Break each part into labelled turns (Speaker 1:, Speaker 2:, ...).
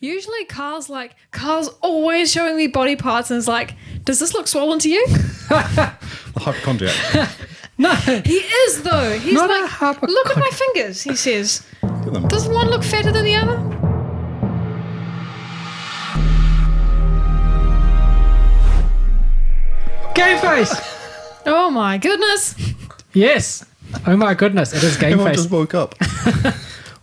Speaker 1: Usually, Carl's like, Carl's always showing me body parts and is like, does this look swollen to you?
Speaker 2: The hypochondriac.
Speaker 1: no. He is, though. He's
Speaker 3: Not a
Speaker 1: like,
Speaker 3: hypochondriac.
Speaker 1: look at my fingers, he says.
Speaker 2: Look at them.
Speaker 1: Doesn't one look fatter than the other?
Speaker 3: Game face.
Speaker 1: Oh my goodness.
Speaker 3: Yes. Oh my goodness, it is game
Speaker 2: Everyone
Speaker 3: face.
Speaker 2: just woke up.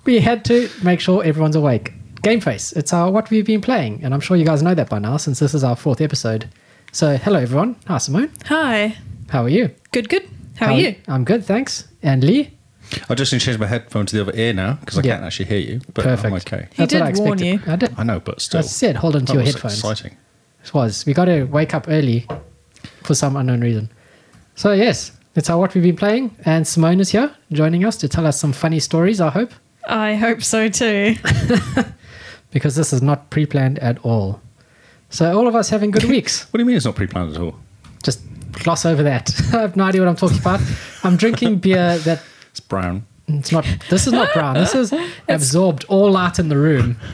Speaker 3: We had to make sure everyone's awake. Game face. It's our what we've been playing, and I'm sure you guys know that by now since this is our fourth episode. So hello everyone. Hi Simone.
Speaker 1: Hi.
Speaker 3: How are you?
Speaker 1: Good, good. How, are you?
Speaker 3: I'm good, thanks. And Lee.
Speaker 2: I just need to change my headphone to the other ear now because I
Speaker 3: Yeah.
Speaker 2: can't actually hear you. But
Speaker 3: Perfect.
Speaker 2: I'm okay.
Speaker 1: He did
Speaker 3: I
Speaker 1: warn
Speaker 3: expected. I did.
Speaker 2: I know, but still.
Speaker 3: I said hold on to
Speaker 2: That
Speaker 3: your
Speaker 2: was
Speaker 3: headphones.
Speaker 2: Exciting.
Speaker 3: It was. We got to wake up early for some unknown reason. So yes, that's how what we've been playing, and Simone is here joining us to tell us some funny stories. I hope
Speaker 1: I hope so too.
Speaker 3: because this is not pre-planned at all. So all of us having good weeks.
Speaker 2: What do you mean it's not pre-planned at all?
Speaker 3: Just gloss over that. I have no idea what I'm talking about. I'm drinking beer that
Speaker 2: It's brown.
Speaker 3: it's not. This is not brown. This is absorbed all light in the room.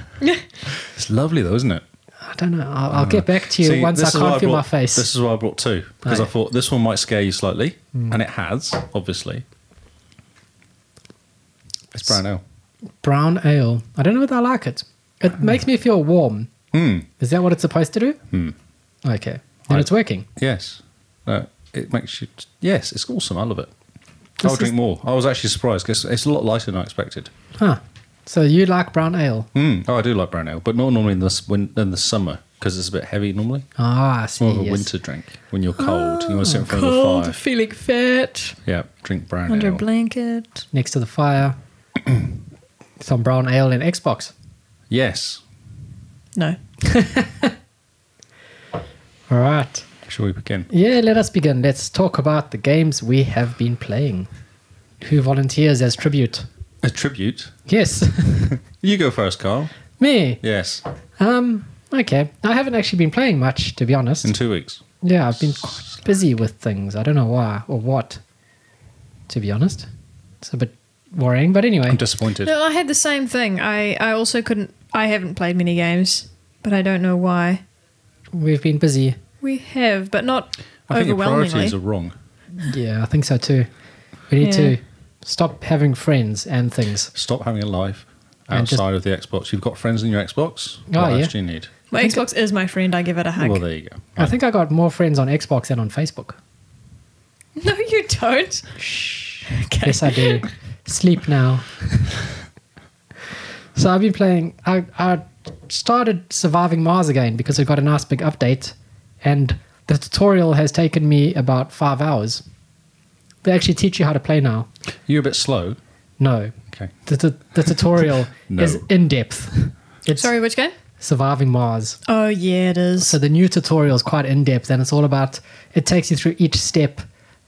Speaker 2: It's lovely though, isn't it?
Speaker 3: I don't know. I'll, I'll get back to you
Speaker 2: Ah. See,
Speaker 3: once I
Speaker 2: this is why
Speaker 3: can't feel
Speaker 2: brought,
Speaker 3: my face.
Speaker 2: This is why I brought two because
Speaker 3: Oh,
Speaker 2: I
Speaker 3: yeah.
Speaker 2: thought this one might scare you slightly,
Speaker 3: Hmm.
Speaker 2: and it has obviously. It's brown ale.
Speaker 3: brown ale. I don't know if I like it. It makes me feel warm.
Speaker 2: Hmm.
Speaker 3: Is that what it's supposed to do? Okay. Then
Speaker 2: I-
Speaker 3: it's working.
Speaker 2: Yes. No, it makes you. Yes, it's awesome. I love it. I'll
Speaker 3: This
Speaker 2: drink
Speaker 3: is-
Speaker 2: more. I was actually surprised because it's a lot lighter than I expected.
Speaker 3: Huh. So you like brown ale?
Speaker 1: Hmm.
Speaker 2: Mm. Oh, I do like brown ale, but not normally in the when, in the summer because it's a bit heavy normally.
Speaker 3: Ah, I see.
Speaker 2: More of a
Speaker 3: yes.
Speaker 2: winter drink when you're cold.
Speaker 1: Oh,
Speaker 2: and you want to sit in front of the fire.
Speaker 1: feeling fat,
Speaker 2: Yeah, drink brown
Speaker 1: under a
Speaker 2: ale.
Speaker 1: blanket.
Speaker 3: Next to the fire, some brown ale and Xbox.
Speaker 2: yes.
Speaker 1: No.
Speaker 3: All right.
Speaker 2: Shall we begin?
Speaker 3: Yeah, let us begin. Let's talk about the games we have been playing. Who volunteers as tribute?
Speaker 2: A tribute.
Speaker 3: Yes,
Speaker 2: You go first, Carl.
Speaker 3: me.
Speaker 2: Yes.
Speaker 3: Um, okay. I haven't actually been playing much, to be honest.
Speaker 2: In two weeks.
Speaker 3: Yeah, I've been quite busy with things. I don't know why or what, to be honest. It's a bit worrying, but anyway.
Speaker 2: I'm disappointed.
Speaker 1: No, I had the same thing. I, I also couldn't. I haven't played many games, but I don't know why.
Speaker 3: We've been busy.
Speaker 1: We have, but not
Speaker 2: I think your
Speaker 1: overwhelmingly.
Speaker 2: priorities are wrong.
Speaker 3: Yeah, I think so too. We need
Speaker 1: Yeah.
Speaker 3: to stop having friends and things.
Speaker 2: Stop having a life
Speaker 3: And just-
Speaker 2: outside of the Xbox. You've got friends in your Xbox.
Speaker 3: Oh,
Speaker 2: what
Speaker 3: yeah.
Speaker 2: else do you need?
Speaker 1: My Xbox is my friend. I give it a hug.
Speaker 2: Well, there you go.
Speaker 3: I think I got more friends on Xbox than on Facebook.
Speaker 1: no, you don't. Okay.
Speaker 3: Yes, I do. Sleep now. so I've been playing. I, I started surviving Mars again because I got a nice big update, and the tutorial has taken me about five hours. They actually teach you how to play now.
Speaker 2: You're a bit slow.
Speaker 3: No,
Speaker 2: Okay.
Speaker 3: the, the, the tutorial
Speaker 2: No.
Speaker 3: is in depth. It's
Speaker 1: Sorry, which game?
Speaker 3: surviving Mars.
Speaker 1: Oh yeah, it is.
Speaker 3: So the new tutorial is quite in depth, and it's all about. It takes you through each step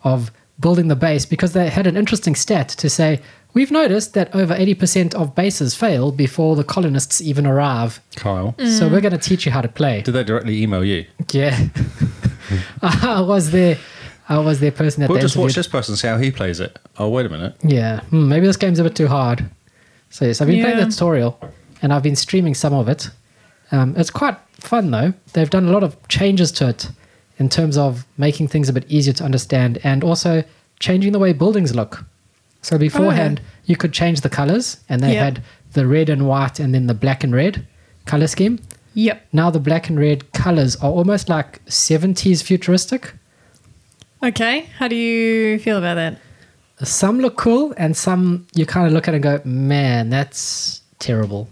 Speaker 3: of building the base because they had an interesting stat to say we've noticed that over 80% of bases fail before the colonists even arrive.
Speaker 2: Kyle.
Speaker 1: Mm.
Speaker 3: So we're going to teach you how to play.
Speaker 2: Did they directly email you?
Speaker 3: Yeah, I was there. I was their person that
Speaker 2: We'll
Speaker 3: they
Speaker 2: just watch
Speaker 3: interviewed.
Speaker 2: this person see how he plays it. Oh, wait a minute.
Speaker 3: Yeah, hmm, maybe this game's a bit too hard. So yes, I've been playing
Speaker 1: Yeah.
Speaker 3: the tutorial, and I've been streaming some of it. Um, it's quite fun though. They've done a lot of changes to it in terms of making things a bit easier to understand, and also changing the way buildings look. So beforehand, you could change the colors, and they
Speaker 1: Oh, Yeah.
Speaker 3: had the red and white, and then the black and red color scheme.
Speaker 1: yep.
Speaker 3: Now the black and red colors are almost like 70s futuristic.
Speaker 1: Okay. How do you feel about that?
Speaker 3: some look cool and some you kind of look at it and go man that's terrible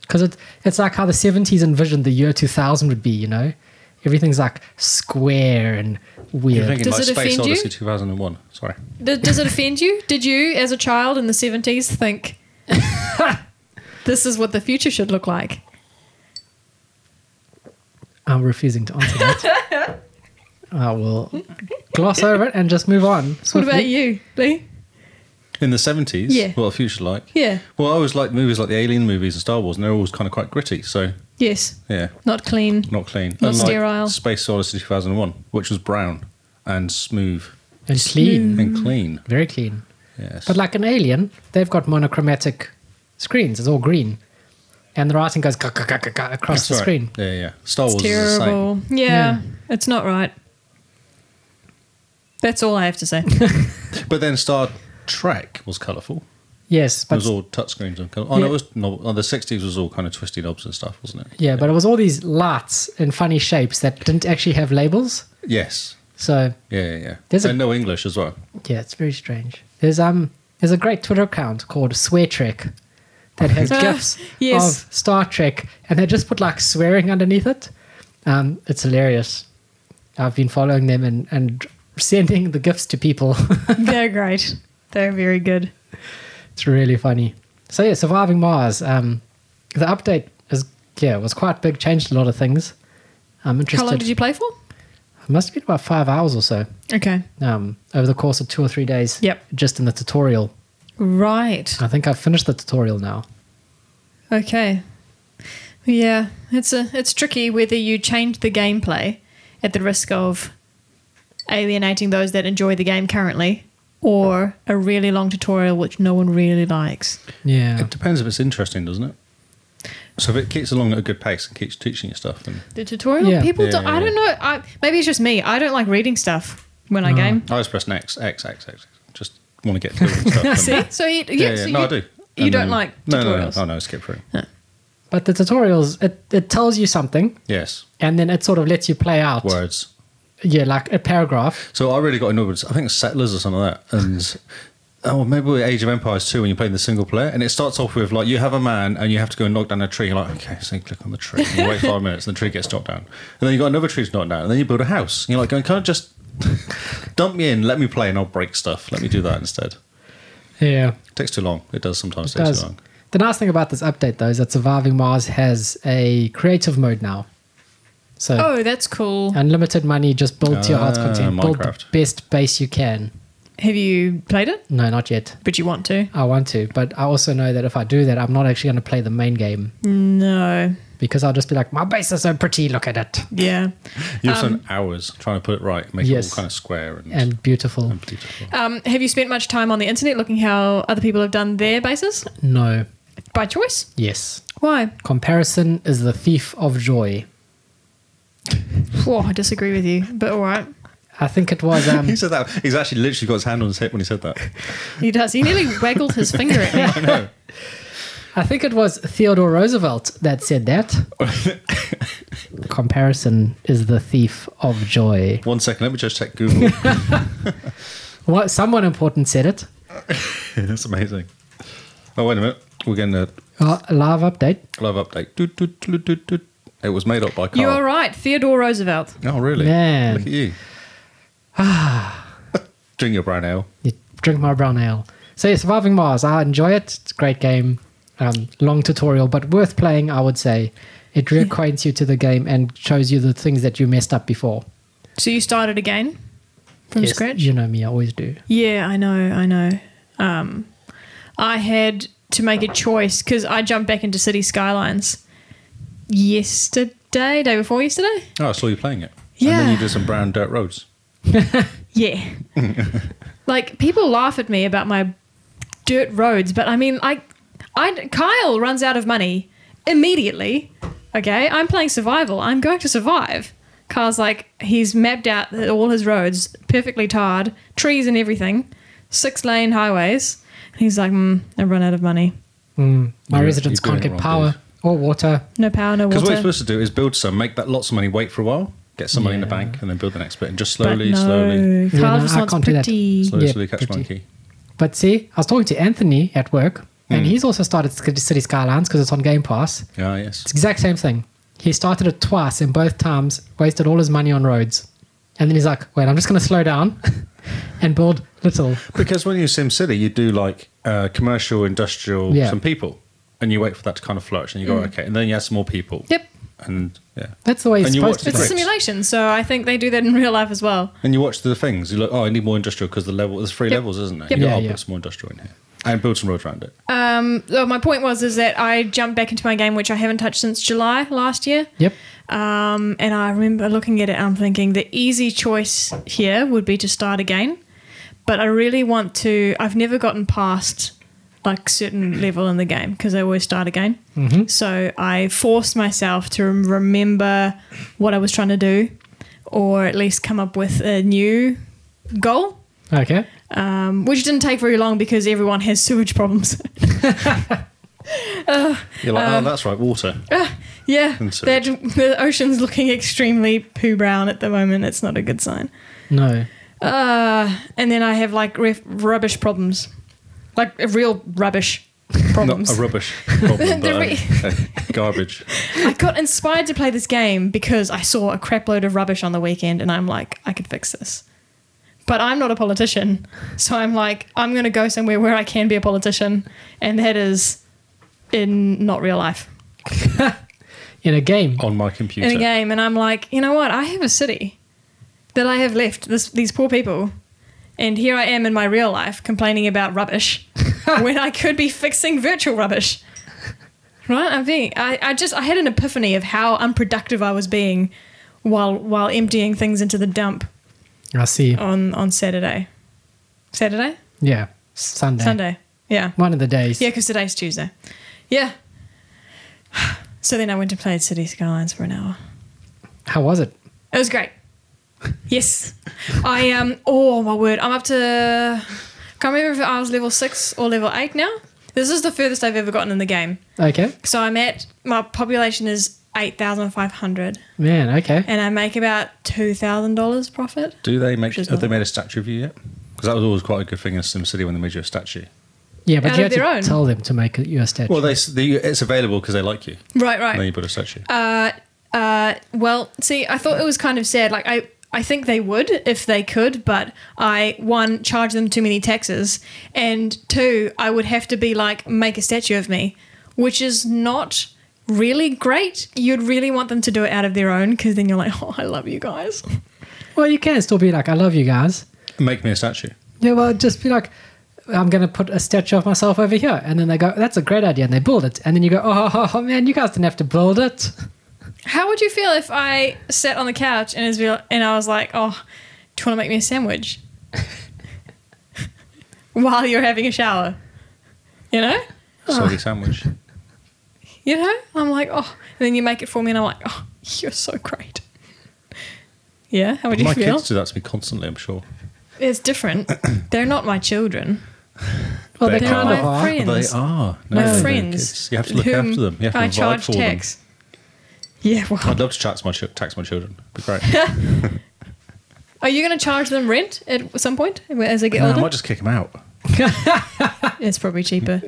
Speaker 3: because it, it's like how the 70s envisioned the year 2000 would be you know everything's like square and
Speaker 2: You're
Speaker 3: weird
Speaker 2: thinking
Speaker 1: Does
Speaker 2: like
Speaker 1: it
Speaker 2: Space
Speaker 1: offend you?
Speaker 2: Odyssey 2001. Sorry.
Speaker 1: Does, does it offend you? Did you, as a child in the seventies, think this is what the future should look like?
Speaker 3: i'm refusing to answer that i will gloss over it and just move on
Speaker 1: What about
Speaker 3: swiftly.
Speaker 1: you, Lee?
Speaker 2: In the 70s,
Speaker 1: Yeah.
Speaker 2: what a future like.
Speaker 1: Yeah.
Speaker 2: Well, I always liked movies like the Alien movies and Star Wars, and they're always kind of quite gritty. So,
Speaker 1: Yes.
Speaker 2: yeah,
Speaker 1: Not clean.
Speaker 2: not clean.
Speaker 1: Not sterile.
Speaker 2: Space Odyssey 2001, which was brown and smooth
Speaker 3: and
Speaker 1: Mm.
Speaker 3: clean
Speaker 2: and clean.
Speaker 3: very clean
Speaker 2: Yes.
Speaker 3: But like an alien, they've got monochromatic screens. It's all green. and the writing goes "Gah, gah, gah, gah, gah,"
Speaker 2: That's
Speaker 3: across the
Speaker 2: right.
Speaker 3: screen.
Speaker 2: Oh, Yeah, yeah. Star
Speaker 1: It's
Speaker 2: Wars is the same.
Speaker 1: terrible. Yeah, it's not right. That's all I have to say.
Speaker 2: But then Star Trek was colourful.
Speaker 3: Yes,
Speaker 2: It
Speaker 3: but
Speaker 2: was all touchscreens and colour. Oh, no,
Speaker 3: Yeah.
Speaker 2: it was no, oh, the 60s was all kind of twisty knobs and stuff, wasn't it?
Speaker 3: yeah, but it was all these lights in funny shapes that didn't actually have labels.
Speaker 2: Yes.
Speaker 3: So
Speaker 2: Yeah, yeah, yeah.
Speaker 3: There's a-
Speaker 2: and no English as well.
Speaker 3: yeah, it's very strange. There's um there's a great Twitter account called Swear Trek that has
Speaker 1: Ah,
Speaker 3: gifs
Speaker 1: yes.
Speaker 3: of Star Trek, and they just put like swearing underneath it. Um, it's hilarious. I've been following them and and sending the gifs to people.
Speaker 1: They're great. They're very good.
Speaker 3: It's really funny. So yeah, surviving Mars. Um, the update is yeah was quite big. Changed a lot of things. I'm interested.
Speaker 1: How long did you play for?
Speaker 3: It must have been about five hours or so.
Speaker 1: Okay.
Speaker 3: Um, over the course of two or three days.
Speaker 1: Yep.
Speaker 3: Just in the tutorial.
Speaker 1: Right.
Speaker 3: I think I've finished the tutorial now.
Speaker 1: Okay. Yeah, it's a it's tricky whether you change the gameplay at the risk of alienating those that enjoy the game currently or a really long tutorial which no one really likes.
Speaker 3: Yeah.
Speaker 2: It depends if it's interesting, doesn't it? So if it keeps along at a good pace and keeps teaching you stuff, then
Speaker 1: The tutorial
Speaker 3: Yeah.
Speaker 1: people
Speaker 2: Yeah,
Speaker 1: don't, I
Speaker 2: yeah.
Speaker 1: don't know, I, maybe it's just me. I don't like reading stuff when I game.
Speaker 2: I always press next, X, X, X, X. Just want to get through and stuff.
Speaker 1: See? So you, yeah,
Speaker 2: Yeah, yeah,
Speaker 1: so
Speaker 2: no,
Speaker 1: you,
Speaker 2: I do.
Speaker 1: you
Speaker 2: And
Speaker 1: don't
Speaker 2: then-
Speaker 1: like
Speaker 2: no, no, no,
Speaker 1: tutorials.
Speaker 2: oh no, skip through.
Speaker 3: But the tutorials it, it tells you something
Speaker 2: Yes,
Speaker 3: and then it sort of lets you play out.
Speaker 2: words.
Speaker 3: Yeah, like a paragraph.
Speaker 2: So I really got annoyed with, I think it's Settlers or something like that. And, oh, maybe with Age of Empires 2 when you're playing the single player. And it starts off with, like, you have a man and you have to go and knock down a tree. You're like, okay, so you click on the tree. And you wait five minutes and the tree gets knocked down. And then you got another tree to knock down. And then you build a house. And you're like, going, can't just dump me in, let me play and I'll break stuff. Let me do that instead.
Speaker 3: Yeah.
Speaker 2: takes too long. It does sometimes
Speaker 3: It
Speaker 2: take
Speaker 3: does.
Speaker 2: too long.
Speaker 3: The nice thing about this update though is that Surviving Mars has a creative mode now. So
Speaker 1: Oh, that's cool.
Speaker 3: unlimited money, just build to your heart's
Speaker 2: Ah,
Speaker 3: content. Build the
Speaker 2: Minecraft.
Speaker 3: best base you can.
Speaker 1: Have you played it?
Speaker 3: No, not yet.
Speaker 1: But you want to?
Speaker 3: I want to, but I also know that if I do that, I'm not actually going to play the main game
Speaker 1: No.
Speaker 3: because I'll just be like, my base is so pretty, look at it,
Speaker 1: Yeah.
Speaker 2: You have
Speaker 1: Um,
Speaker 2: spent hours trying to put it right, and make it
Speaker 3: yes.
Speaker 2: all kind of square and,
Speaker 3: and beautiful.
Speaker 2: and beautiful.
Speaker 1: Um, have you spent much time on the internet looking how other people have done their bases
Speaker 3: No,
Speaker 1: by choice?
Speaker 3: yes.
Speaker 1: Why?
Speaker 3: Comparison is the thief of joy.
Speaker 1: Whoa, I disagree with you, but all right.
Speaker 3: I think it was. Um,
Speaker 2: He said that. He's actually literally got his hand on his hip when he said that.
Speaker 1: He does. He nearly waggled his finger at me.
Speaker 2: I know.
Speaker 3: I think it was Theodore Roosevelt that said that. Comparison is the thief of joy.
Speaker 2: One second, let me just check Google.
Speaker 3: What? Someone important said it.
Speaker 2: That's amazing. Oh, wait a minute. We're getting a
Speaker 3: Uh, live update.
Speaker 2: live update. Doot, doot, doot, doot, doot. It was made up by Carl.
Speaker 1: You are right, Theodore Roosevelt.
Speaker 2: Oh, really?
Speaker 3: Man.
Speaker 2: Look at you. Drink your brown ale.
Speaker 3: You drink my brown ale. So yeah, Surviving Mars. I enjoy it. It's a great game. Um, long tutorial, but worth playing. I would say it reacquaints you to the game and shows you the things that you messed up before.
Speaker 1: So you started again from
Speaker 3: Yes,
Speaker 1: scratch?
Speaker 3: You know me. I always do.
Speaker 1: Yeah, I know, I know. Um, I had to make a choice because I jumped back into City Skylines yesterday, day before yesterday.
Speaker 2: Oh, I saw you playing it. And
Speaker 1: Yeah.
Speaker 2: then you did some brown dirt roads.
Speaker 1: Yeah. like people laugh at me about my dirt roads, but I mean, I, I, Kyle runs out of money immediately. Okay, I'm playing survival. I'm going to survive. Kyle's like he's mapped out all his roads perfectly tarred, trees and everything, six lane highways. And he's like, mm, I run out of money.
Speaker 3: My
Speaker 2: You're-
Speaker 3: residents
Speaker 2: you're doing
Speaker 3: can't
Speaker 2: it
Speaker 3: get
Speaker 2: wrong,
Speaker 3: power
Speaker 2: dude.
Speaker 3: or water.
Speaker 1: No power, no
Speaker 2: Because what you're
Speaker 1: water.
Speaker 2: supposed to do is build some, make that lots of money, wait for a while, get some money in the
Speaker 3: Yeah.
Speaker 2: bank, and then build the next bit. And just
Speaker 1: But
Speaker 2: slowly,
Speaker 1: no,
Speaker 2: slowly,
Speaker 1: Kyle
Speaker 3: Yeah, no,
Speaker 1: just
Speaker 3: I
Speaker 1: wants
Speaker 3: can't do that.
Speaker 1: pretty.
Speaker 2: slowly,
Speaker 3: Yeah,
Speaker 2: slowly catch
Speaker 3: pretty.
Speaker 2: monkey.
Speaker 3: But see, I was talking to Anthony at work, and
Speaker 1: Mm.
Speaker 3: he's also started Sk- City Skylines because it's on Game Pass.
Speaker 2: Ah, yes.
Speaker 3: It's the exact same thing. He started it twice, and both times wasted all his money on roads. And then he's like, "Wait, I'm just going to slow down and build little."
Speaker 2: Because when you Sim City, you do like uh, commercial, industrial,
Speaker 3: Yeah. Mm.
Speaker 2: some people, and you wait for that to kind of flourish, and you go okay, and then you add some more people.
Speaker 1: Yep,
Speaker 2: And yeah,
Speaker 3: That's the way it's
Speaker 2: And you
Speaker 3: supposed to
Speaker 2: watch
Speaker 1: it's
Speaker 3: be.
Speaker 1: a
Speaker 2: Bricks.
Speaker 1: simulation, so I think they do that in real life as well.
Speaker 2: and you watch the things. You look, oh, I need more industrial because the level there's three
Speaker 1: Yep.
Speaker 2: levels, isn't there?
Speaker 1: Yep.
Speaker 2: You go,
Speaker 3: Yeah,
Speaker 2: I'll
Speaker 3: yeah.
Speaker 2: put some more industrial in here and build some roads around it.
Speaker 1: Um, well, my point was is that I jumped back into my game, which I haven't touched since July last year.
Speaker 3: Yep.
Speaker 1: Um, and I remember looking at it, I'm thinking the easy choice here would be to start again. But I really want to. I've never gotten past like certain level in the game because I always start again.
Speaker 3: Mm-hmm.
Speaker 1: So I forced myself to rem- remember what I was trying to do, or at least come up with a new goal,
Speaker 3: Okay.
Speaker 1: um, which didn't take very long because everyone has sewage problems.
Speaker 2: You're like,
Speaker 3: Um,
Speaker 2: oh, that's right, water.
Speaker 1: yeah,
Speaker 2: And so-
Speaker 1: that- the ocean's looking extremely poo brown at the moment. It's not a good sign.
Speaker 3: No.
Speaker 1: Uh, and then I have like ref- rubbish problems, like real rubbish
Speaker 2: Not
Speaker 1: problems.
Speaker 2: a rubbish
Speaker 1: The
Speaker 2: problem, but
Speaker 1: re-
Speaker 2: um, garbage.
Speaker 1: I got inspired to play this game because I saw a crap load of rubbish on the weekend and I'm like, I could fix this. But I'm not a politician. So I'm like, I'm going to go somewhere where I can be a politician. And that is in not real life,
Speaker 3: In a game.
Speaker 1: Oh.
Speaker 2: on my computer.
Speaker 1: in a game. And I'm like, you know what? I have a city that I have left this, these poor people. And here I am in my real life complaining about rubbish when I could be fixing virtual rubbish. Right? I'm being, I, I just I had an epiphany of how unproductive I was being while while emptying things into the dump
Speaker 3: I see.
Speaker 1: on, on Saturday. Saturday?
Speaker 3: Yeah. Sunday.
Speaker 1: Sunday. Yeah.
Speaker 3: One of the days.
Speaker 1: Yeah, because today's Tuesday. Yeah. So then I went to play City Skylines for an hour.
Speaker 3: How was it?
Speaker 1: It was great. Yes. I am. Um, oh, my word. I'm up to. Can't remember if I was level six or level eight now. This is the furthest I've ever gotten in the game.
Speaker 3: Okay.
Speaker 1: So I'm at. My population is 8,500
Speaker 3: Man, okay.
Speaker 1: and I make about $2,000 profit.
Speaker 2: Do they make?
Speaker 1: is
Speaker 2: Have they
Speaker 1: not-
Speaker 2: made a statue of you yet? Because that was always quite a good thing in SimCity when they made you a statue.
Speaker 3: Yeah, but
Speaker 1: Out
Speaker 3: you
Speaker 1: of
Speaker 3: had to
Speaker 1: their own.
Speaker 3: tell them to make you a statue.
Speaker 2: Well, they, s- they it's available because they like you.
Speaker 1: Right,
Speaker 2: And then
Speaker 1: right.
Speaker 2: you put a statue.
Speaker 1: Uh, uh, well, see, I thought it was kind of sad. Like, I. I think they would if they could, but I one charge them too many taxes, and two, I would have to be like make a statue of me, which is not really great. You'd really want them to do it out of their own because then you're like, oh, I love you guys.
Speaker 3: well, you can still be like, I love you guys.
Speaker 2: Make me a statue.
Speaker 3: Yeah, well, just be like, I'm going to put a statue of myself over here. And then they go, that's a great idea. And they build it. And then you go, oh, man, you guys didn't have to build it.
Speaker 1: How would you feel if I sat on the couch and Israel and I was like, "Oh, do you want to make me a sandwich?" While you're having a shower, you know, Ah.
Speaker 2: Soggy sandwich.
Speaker 1: you know, I'm like, "Oh," and then you make it for me, and I'm like, "Oh, you're so great." Yeah, how would you
Speaker 2: My
Speaker 1: feel?
Speaker 2: kids do that to me constantly. I'm sure.
Speaker 1: It's different. They're not my children.
Speaker 3: Well, they,
Speaker 2: They
Speaker 1: They're
Speaker 3: kind
Speaker 1: my
Speaker 3: of are.
Speaker 1: friends.
Speaker 2: They are. No,
Speaker 1: My
Speaker 2: they're
Speaker 1: friends.
Speaker 2: kids. You have to look
Speaker 1: whom
Speaker 2: after them. You have to
Speaker 1: I
Speaker 2: provide
Speaker 1: charge
Speaker 2: for
Speaker 1: tax. Yeah. Well,
Speaker 2: them. I'd love to tax my chi- tax my children. It'd be great.
Speaker 1: are you going to charge them rent at some point as they get
Speaker 2: No, I
Speaker 1: older?
Speaker 2: might just kick them out.
Speaker 1: It's probably cheaper.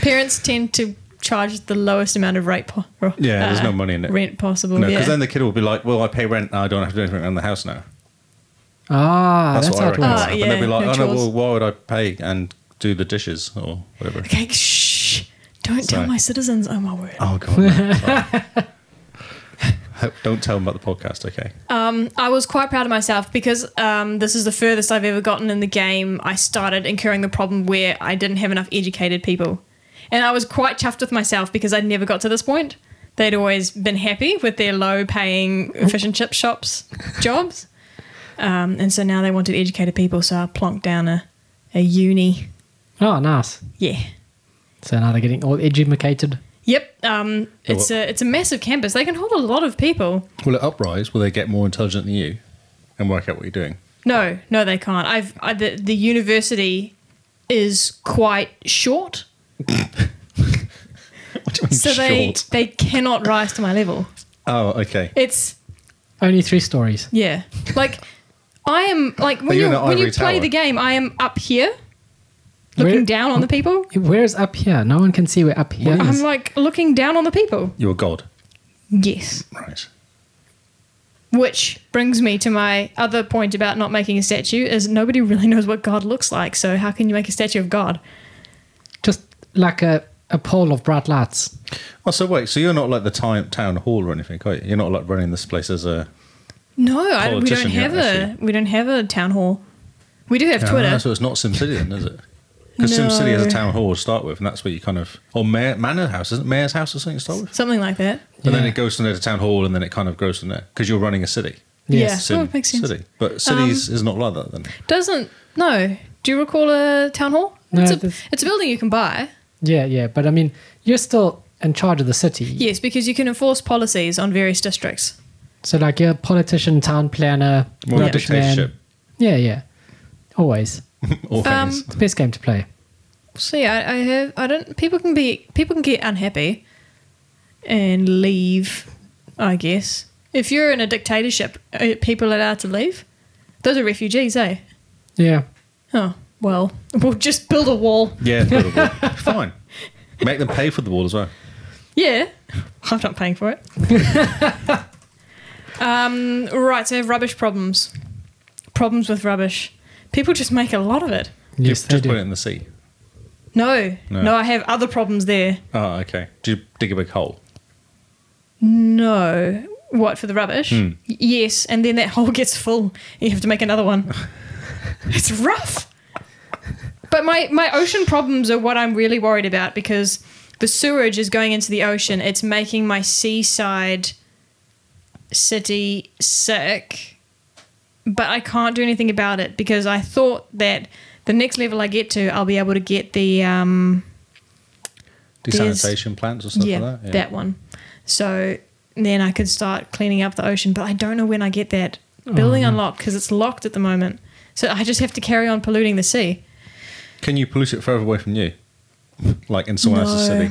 Speaker 1: Parents tend to charge the lowest amount of rate. Po- ro- uh,
Speaker 2: Yeah, there's no money in it.
Speaker 1: Rent possible.
Speaker 2: No, because
Speaker 1: yeah. Oh,
Speaker 2: then the kid will be like, "Well, I pay rent. and I don't have to do anything around the house now."
Speaker 3: Ah,
Speaker 2: That's,
Speaker 3: that's,
Speaker 2: what I
Speaker 3: how it
Speaker 2: reckon. will
Speaker 3: works.
Speaker 1: Ah,
Speaker 2: happen.
Speaker 1: yeah,
Speaker 2: They'll be like,
Speaker 1: no
Speaker 2: "Oh no,
Speaker 1: chores.
Speaker 2: well, why would I pay and do the dishes or whatever?"
Speaker 1: okay, shh. Don't tell
Speaker 2: Sorry.
Speaker 1: my citizens. Oh my word.
Speaker 2: Oh god. no. Sorry. Ho- Don't tell them about the podcast, okay?
Speaker 1: Uh. I was quite proud of myself because um, this is the furthest I've ever gotten in the game. I started incurring the problem where I didn't have enough educated people. And I was quite chuffed with myself because I'd never got to this point. They'd always been happy with their low paying fish and chip shops jobs. Um, and so now they wanted educated people, so I plonked down a, a uni.
Speaker 3: Oh, nice.
Speaker 1: Yeah.
Speaker 3: So now they're getting all educated.
Speaker 1: Yep. Um, it's, a, it's a massive campus. They can hold a lot of people.
Speaker 2: Will it uprise? Will they get more intelligent than you and work out what you're doing?
Speaker 1: No, no, they can't. I've I, the the university is quite short,
Speaker 2: What do you mean
Speaker 1: so they
Speaker 2: short?
Speaker 1: they cannot rise to my level.
Speaker 2: Oh, okay.
Speaker 1: It's
Speaker 3: Only three stories.
Speaker 1: yeah, like I am like when
Speaker 2: you're
Speaker 1: you
Speaker 2: in an
Speaker 1: when you
Speaker 2: ivory
Speaker 1: play
Speaker 2: tower.
Speaker 1: the game, I am up here, looking
Speaker 3: Where-
Speaker 1: down on the people.
Speaker 3: Where's up here? No one can see where up here
Speaker 1: I'm
Speaker 3: is.
Speaker 1: like looking down on the people.
Speaker 2: You're God.
Speaker 1: Yes,
Speaker 2: Right.
Speaker 1: which brings me to my other point about not making a statue is nobody really knows what God looks like. So how can you make a statue of God?
Speaker 3: Just like a, a pole of bright lights.
Speaker 2: Oh, so wait, so you're not like the town, town hall or anything, are you? You're not like running this place as a.
Speaker 1: No, I, we don't
Speaker 2: Politician, yeah,
Speaker 1: have
Speaker 2: actually.
Speaker 1: a we don't have a town hall. We do have Twitter.
Speaker 2: Ah, so it's not SimCity then, is it? Because
Speaker 1: No.
Speaker 2: SimCity has a town hall to start with, and that's where you kind of. Or mayor, manor house, isn't it? Mayor's house or something to start with?
Speaker 1: Something like that.
Speaker 2: And then
Speaker 3: Yeah.
Speaker 2: it goes from there to town hall, and then it kind of grows from there because you're running a city.
Speaker 3: Yes.
Speaker 1: Yeah,
Speaker 2: Sim
Speaker 1: oh, it makes sense. Um,
Speaker 2: City. But cities is not like that then.
Speaker 1: Doesn't no. Do you recall a town hall?
Speaker 3: No,
Speaker 1: it's, a,
Speaker 3: there's-
Speaker 1: it's a building you can buy.
Speaker 3: Yeah, yeah. But I mean, you're still in charge of the city.
Speaker 1: Yes, because you can enforce policies on various districts.
Speaker 3: So like you're a politician, town planner,
Speaker 2: More
Speaker 3: rubbish
Speaker 2: dictatorship.
Speaker 3: man. Yeah, yeah. Always.
Speaker 2: All
Speaker 1: Um,
Speaker 2: things.
Speaker 3: It's the best game to play.
Speaker 1: So yeah, I, I have. I don't. People can be. People can get unhappy, and leave. I guess if you're in a dictatorship, are people allowed to leave? Those are refugees, eh?
Speaker 3: Yeah.
Speaker 1: Oh well, we'll just build a wall.
Speaker 2: Yeah, build a wall. fine. Make them pay for the wall as well.
Speaker 1: Yeah, I'm not paying for it. um, right, so I have rubbish problems. Problems with rubbish. People just make a lot of it.
Speaker 3: Yes,
Speaker 2: just
Speaker 3: they
Speaker 2: just
Speaker 3: do.
Speaker 2: put it in the sea.
Speaker 1: No,
Speaker 2: No.
Speaker 1: no, I have other problems there.
Speaker 2: Oh, okay. Do you dig a big hole?
Speaker 1: No. What, for the rubbish? Y- Yes, and then that hole gets full. You have to make another one. it's rough. But my, my ocean problems are what I'm really worried about because the sewerage is going into the ocean. It's making my seaside city sick. But I can't do anything about it because I thought that the next level I get to, I'll be able to get the. Um, There's-
Speaker 2: Desanitation plants or something
Speaker 1: yeah,
Speaker 2: like that?
Speaker 1: that one. So then I could start cleaning up the ocean, but I don't know when I get that building unlocked because it's locked at the moment. So I just have to carry on polluting the sea.
Speaker 2: Can you pollute it further away from you? Like in someone else's
Speaker 1: No.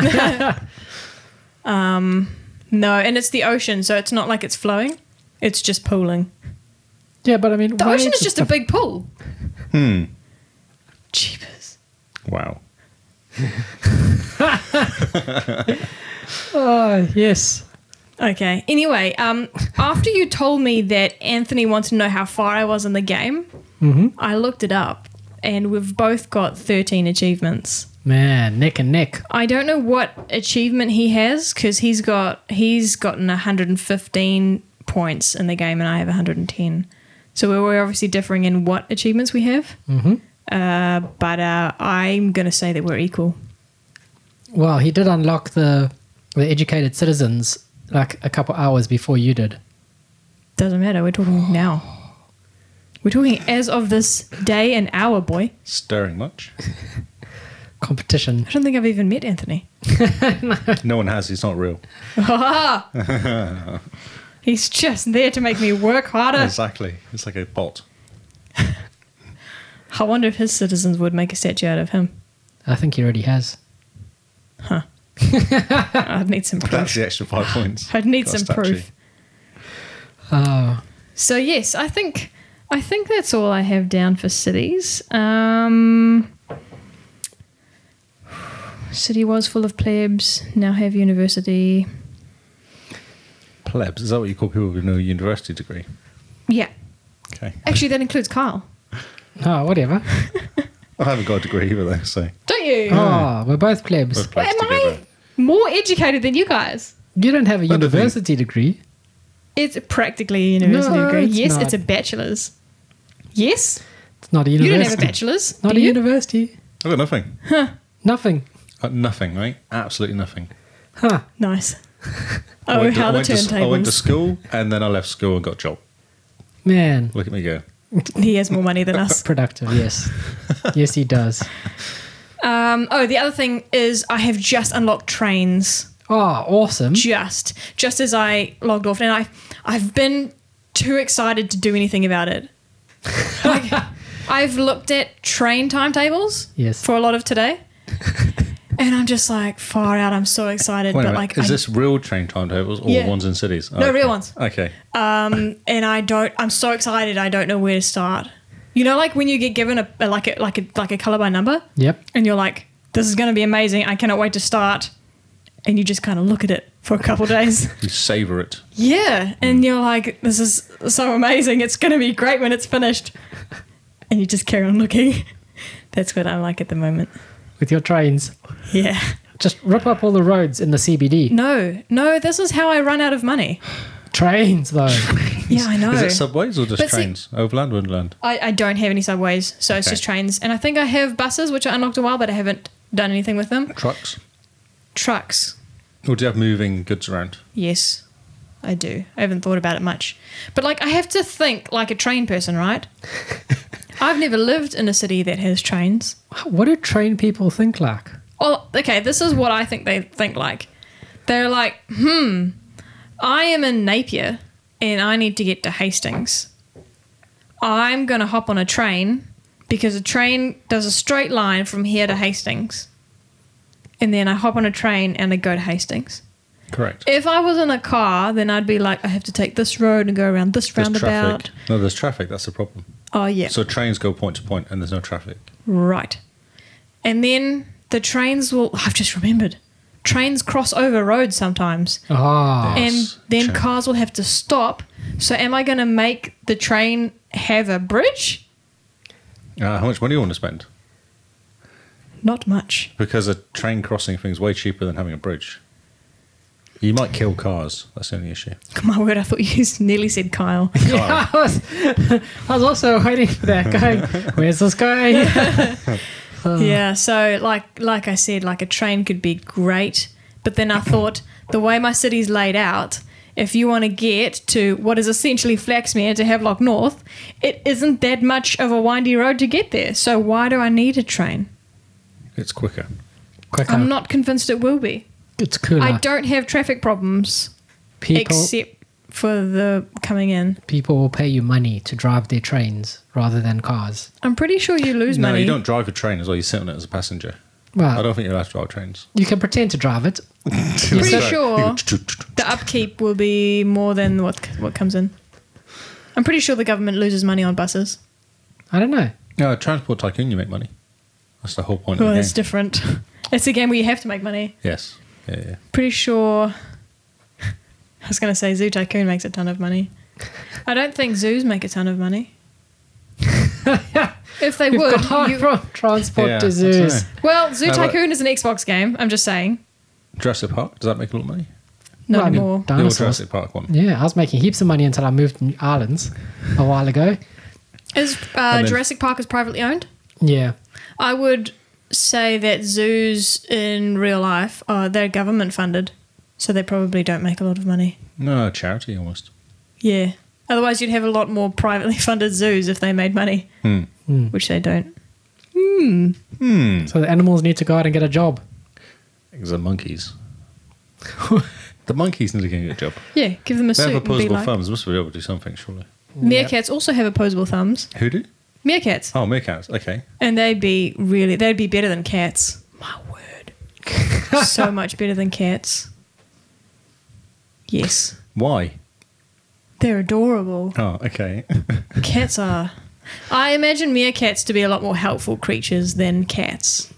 Speaker 2: city? No.
Speaker 1: No, and it's the ocean, so it's not like it's flowing. It's just pooling.
Speaker 3: Yeah, but I mean,
Speaker 1: The
Speaker 3: why
Speaker 1: ocean is
Speaker 3: it
Speaker 1: just a
Speaker 3: the-
Speaker 1: big pool. Hmm. Jeepers.
Speaker 2: Wow.
Speaker 3: Oh, yes.
Speaker 1: Okay. Anyway, um, after you told me that Anthony wanted to know how far I was in the game, I looked it up, and we've both got 13 achievements.
Speaker 3: Man, neck and neck.
Speaker 1: I don't know what achievement he has because he's got he's gotten 115 points in the game and I have 110. So we're, we're obviously differing in what achievements we have. Mm-hmm. Uh, but uh, I'm gonna say that we're equal.
Speaker 3: Well, he did unlock the the educated citizens like a couple hours before you did.
Speaker 1: Doesn't matter. We're talking now. We're talking as of this day and hour, boy.
Speaker 2: Stirring much.
Speaker 3: Competition.
Speaker 1: I don't think I've even met Anthony.
Speaker 2: No one has. He's not real.
Speaker 1: He's just there to make me work harder.
Speaker 2: Exactly. It's like a bot.
Speaker 1: I wonder if his citizens would make a statue out of him.
Speaker 3: I think he already has.
Speaker 1: I'd need some proof.
Speaker 2: That's the extra five points.
Speaker 1: I'd need
Speaker 2: Got a
Speaker 1: some
Speaker 2: statue.
Speaker 1: proof.
Speaker 3: Oh,
Speaker 1: So yes, I think I think that's all I have down for cities. Um, city was full of plebs. Now have university.
Speaker 2: Plebs. Is that what you call people with no university degree?
Speaker 1: Yeah,
Speaker 2: Okay.
Speaker 1: actually that includes Kyle.
Speaker 3: oh whatever.
Speaker 2: I haven't got a degree either, though, so.
Speaker 1: Don't you?
Speaker 3: Oh, we're both
Speaker 2: we're
Speaker 3: plebs.
Speaker 1: Well,
Speaker 2: plebs
Speaker 1: am I
Speaker 2: together.
Speaker 1: more educated than you guys?
Speaker 3: You don't have a
Speaker 2: Not a thing.
Speaker 3: university degree.
Speaker 1: It's practically a university
Speaker 3: No,
Speaker 1: degree.
Speaker 3: it's
Speaker 1: yes,
Speaker 3: not.
Speaker 1: it's a bachelor's. Yes,
Speaker 3: It's not a
Speaker 1: you
Speaker 3: university.
Speaker 1: don't have a bachelor's.
Speaker 3: Not
Speaker 1: do
Speaker 3: a
Speaker 1: you?
Speaker 3: university.
Speaker 2: I've got nothing.
Speaker 3: Nothing.
Speaker 2: Uh, nothing, right? Absolutely nothing.
Speaker 3: Huh.
Speaker 1: nice.
Speaker 2: I
Speaker 1: Oh,
Speaker 2: went to-
Speaker 1: how
Speaker 2: I
Speaker 1: the
Speaker 2: went to s- I went to
Speaker 1: turntables.
Speaker 2: school and then I left school and got a job.
Speaker 3: Man.
Speaker 2: Look at me go.
Speaker 1: He has more money than us.
Speaker 3: Productive, yes. yes, he does.
Speaker 1: Um, oh, the other thing is I have just unlocked trains.
Speaker 3: Oh, awesome.
Speaker 1: just just as I logged off, and I I've been too excited to do anything about it. Like, I've looked at train timetables
Speaker 3: Yes.
Speaker 1: for a lot of today, and I'm just like far out. I'm so excited,
Speaker 2: Wait a
Speaker 1: but
Speaker 2: minute.
Speaker 1: like
Speaker 2: is
Speaker 1: I,
Speaker 2: this real train timetables or
Speaker 1: Yeah.
Speaker 2: ones in cities?
Speaker 1: No, real ones.
Speaker 2: Okay.
Speaker 1: and I don't. I'm so excited. I don't know where to start. You know, like when you get given a, a like a like a like a color by number,
Speaker 3: Yep.
Speaker 1: and you're like, this is going to be amazing. I cannot wait to start. And you just kind of look at it for a couple days.
Speaker 2: You savour it.
Speaker 1: Yeah, and you're like, this is so amazing. It's going to be great when it's finished. And you just carry on looking. That's what I'm like at the moment.
Speaker 3: With your trains.
Speaker 1: Yeah.
Speaker 3: Just rip up all the roads in the CBD.
Speaker 1: No, no, this is how I run out of money.
Speaker 3: Trains, though.
Speaker 1: Yeah, I know.
Speaker 2: Is it subways or just
Speaker 1: Oh. But see-
Speaker 2: trains? Overland or inland?
Speaker 1: I, I don't have any subways, so it's
Speaker 2: Okay.
Speaker 1: just trains. And I think I have buses, which I unlocked a while, but I haven't done anything with them.
Speaker 2: Trucks?
Speaker 1: Trucks.
Speaker 2: Or do you have moving goods around?
Speaker 1: Yes, I do. I haven't thought about it much. But like, I have to think like a train person, right? I've never lived in a city that has trains.
Speaker 3: what do train people think like?
Speaker 1: well, okay, this is what I think they think like. They're like, hmm, I am in Napier and I need to get to Hastings. I'm going to hop on a train because a train does a straight line from here to Hastings. And then I hop on a train and I go to Hastings.
Speaker 2: Correct.
Speaker 1: If I was in a car, then I'd be like, I have to take this road and go around this
Speaker 2: There's
Speaker 1: roundabout.
Speaker 2: traffic. No, there's traffic. That's the problem.
Speaker 1: Oh, yeah.
Speaker 2: So trains go point to point, and there's no traffic.
Speaker 1: Right. And then the trains will. I've just remembered. Trains cross over roads sometimes.
Speaker 3: Ah,
Speaker 1: and then
Speaker 2: Sure.
Speaker 1: cars will have to stop. So am I going to make the train have a bridge?
Speaker 2: Uh, how much money do you want to spend?
Speaker 1: Not much.
Speaker 2: Because a train crossing thing's way cheaper than having a bridge. You might kill cars. That's the only issue.
Speaker 1: My word, I thought you nearly said Kyle.
Speaker 3: yeah, I was, I was also waiting for that. Going, where's this guy?
Speaker 2: Mm.
Speaker 1: yeah. So like like I said, like a train could be great, but then I thought the way my city's laid out. If you want to get to what is essentially Flaxmere to Havelock North, it isn't that much of a windy road to get there. So why do I need a train?
Speaker 2: It's quicker.
Speaker 3: Quicker.
Speaker 1: I'm not convinced it will be.
Speaker 3: it's cooler.
Speaker 1: I don't have traffic problems
Speaker 3: people,
Speaker 1: except for the coming in.
Speaker 3: people will pay you money to drive their trains rather than cars.
Speaker 1: I'm pretty sure you lose
Speaker 2: No,
Speaker 1: money. Ah.
Speaker 2: you don't drive a train as well. You sit on it as a passenger. I
Speaker 3: Well,
Speaker 2: don't think you're allowed to drive trains.
Speaker 3: you can pretend to drive it.
Speaker 1: Pretty
Speaker 2: Sorry.
Speaker 1: sure the upkeep will be more than what what comes in. I'm pretty sure the government loses money on buses.
Speaker 3: I don't know.
Speaker 2: No, transport tycoon, you make money. That's the whole point
Speaker 1: Well,
Speaker 2: of the
Speaker 1: that's
Speaker 2: game.
Speaker 1: different. It's a game where you have to make money.
Speaker 2: yes. Yeah, yeah.
Speaker 1: Pretty sure. I was going to say Zoo Tycoon makes a ton of money. I don't think zoos make a ton of money. if they
Speaker 3: We've
Speaker 1: would,
Speaker 3: gone
Speaker 1: you-
Speaker 3: from transport
Speaker 2: Yeah,
Speaker 3: to
Speaker 2: that's
Speaker 3: zoos.
Speaker 2: right.
Speaker 1: well, Zoo
Speaker 2: No, but-
Speaker 1: Tycoon is an Xbox game. I'm just saying.
Speaker 2: Jurassic Park, does that make a lot of money?
Speaker 1: Not
Speaker 3: Well, I mean,
Speaker 1: anymore.
Speaker 2: The old
Speaker 3: dinosaurs.
Speaker 2: Jurassic Park one.
Speaker 3: Yeah, I was making heaps of money until I moved to New Islands a while ago.
Speaker 1: Is uh,
Speaker 2: then-
Speaker 1: Jurassic Park is privately owned?
Speaker 3: Yeah.
Speaker 1: I would say that zoos in real life are they're government funded, so they probably don't make a lot of money.
Speaker 2: No, charity almost.
Speaker 1: Yeah. Otherwise, you'd have a lot more privately funded zoos if they made money,
Speaker 3: Hmm.
Speaker 1: which they don't.
Speaker 3: So the animals need to go out and get a job.
Speaker 2: Because the monkeys. the monkeys need to get a job.
Speaker 1: Yeah, give them a
Speaker 2: They
Speaker 1: suit.
Speaker 2: have
Speaker 1: and be
Speaker 2: opposable
Speaker 1: like.
Speaker 2: thumbs. Must be able to do something, surely.
Speaker 1: Meerkats also have opposable thumbs.
Speaker 2: Who do?
Speaker 1: Meerkats,
Speaker 2: Oh, meerkats. Okay.
Speaker 1: and they'd be really they'd be better than cats. My word, so much better than cats. Yes,
Speaker 2: Why?
Speaker 1: they're adorable.
Speaker 2: Oh, okay.
Speaker 1: Cats are. I imagine meerkats to be a lot more helpful creatures than cats